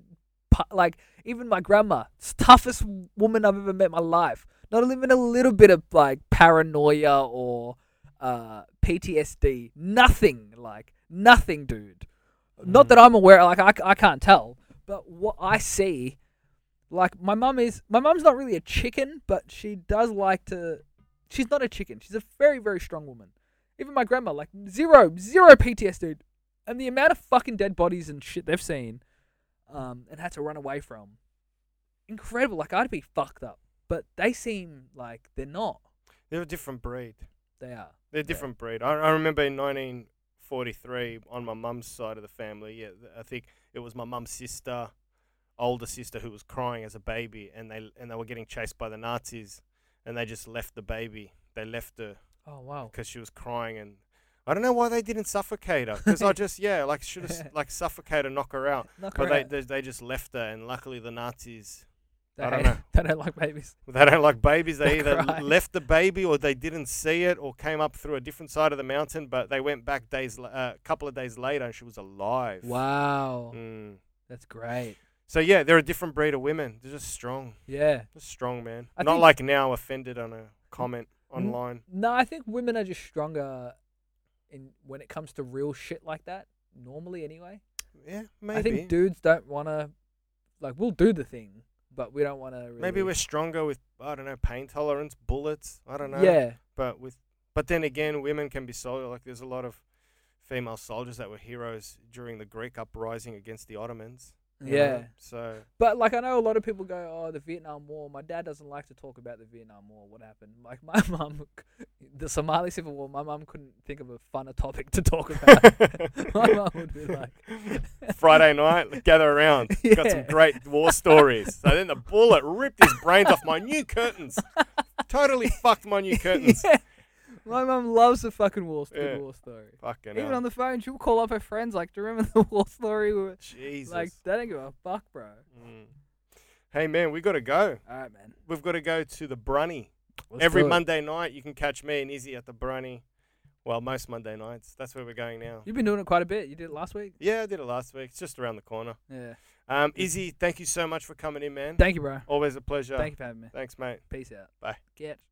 pu- like even my grandma, s- toughest w- woman I've ever met in my life. Not even a little bit of like paranoia or uh, PTSD. Nothing, like nothing, dude. Not Mm. that I'm aware. Like I, c- I can't tell, but what I see, like my mum is. My mum's not really a chicken, but she does like to. She's not a chicken. She's a very very strong woman. Even my grandma, like zero zero PTSD, and the amount of fucking dead bodies and shit they've seen, um, and had to run away from, incredible. Like I'd be fucked up, but they seem like they're not. They're a different breed. They are. They're a Yeah. different breed. I, I remember in 1943 on my mum's side of the family. Yeah, th- I think it was my mum's sister, older sister, who was crying as a baby, and they and they were getting chased by the Nazis, and they just left the baby. They left her Oh wow. because she was crying, and I don't know why they didn't suffocate her because I just yeah like should have Yeah. like suffocate her, knock her out, Not but they, correct. they they just left her, and luckily the Nazis They, I don't hate- know. They don't like babies. They don't like babies. They They either cry. left the baby or they didn't see it or came up through a different side of the mountain, but they went back days, la- uh, a couple of days later and she was alive. Wow, Mm. that's great. So, yeah, they're a different breed of women. They're just strong. Yeah. Just strong, man. I Not think- like now offended on a comment Mm. online. No, I think women are just stronger in when it comes to real shit like that. Normally, anyway. Yeah, maybe. I think dudes don't want to, like, we'll do the thing, but we don't want to. Really, Maybe we're stronger with, I don't know, pain tolerance, bullets. I don't know. Yeah, But, with, but then again, women can be soldier. Like, there's a lot of female soldiers that were heroes during the Greek uprising against the Ottomans. you know? yeah. So. But like I know a lot of people go, "Oh, the Vietnam War." My dad doesn't like to talk about the Vietnam War. What happened? Like my mum, the Somali Civil War. My mum couldn't think of a funner topic to talk about. my mum would be like, Friday night, gather around. Got some Yeah. great war stories. So then the bullet ripped his brains off my new curtains. Totally fucked my new curtains. Yeah. My mum loves the fucking war, st- Yeah. war story. Fucking Even hell. on the phone, she'll call up her friends like, "Do you remember the war story?" We were Jesus. like, they don't give a fuck, bro. Mm. Hey man, we gotta go. All right, man. We've gotta go to the Brunny. Let's Every do it. Monday night you can catch me and Izzy at the Brunny. Well, most Monday nights. That's where we're going now. You've been doing it quite a bit. You did it last week. Yeah, I did it last week. It's just around the corner. Yeah. Um, Izzy, thank you so much for coming in, man. Thank you, bro. Always a pleasure. Thank you for having me. Thanks, mate. Peace out. Bye. Get.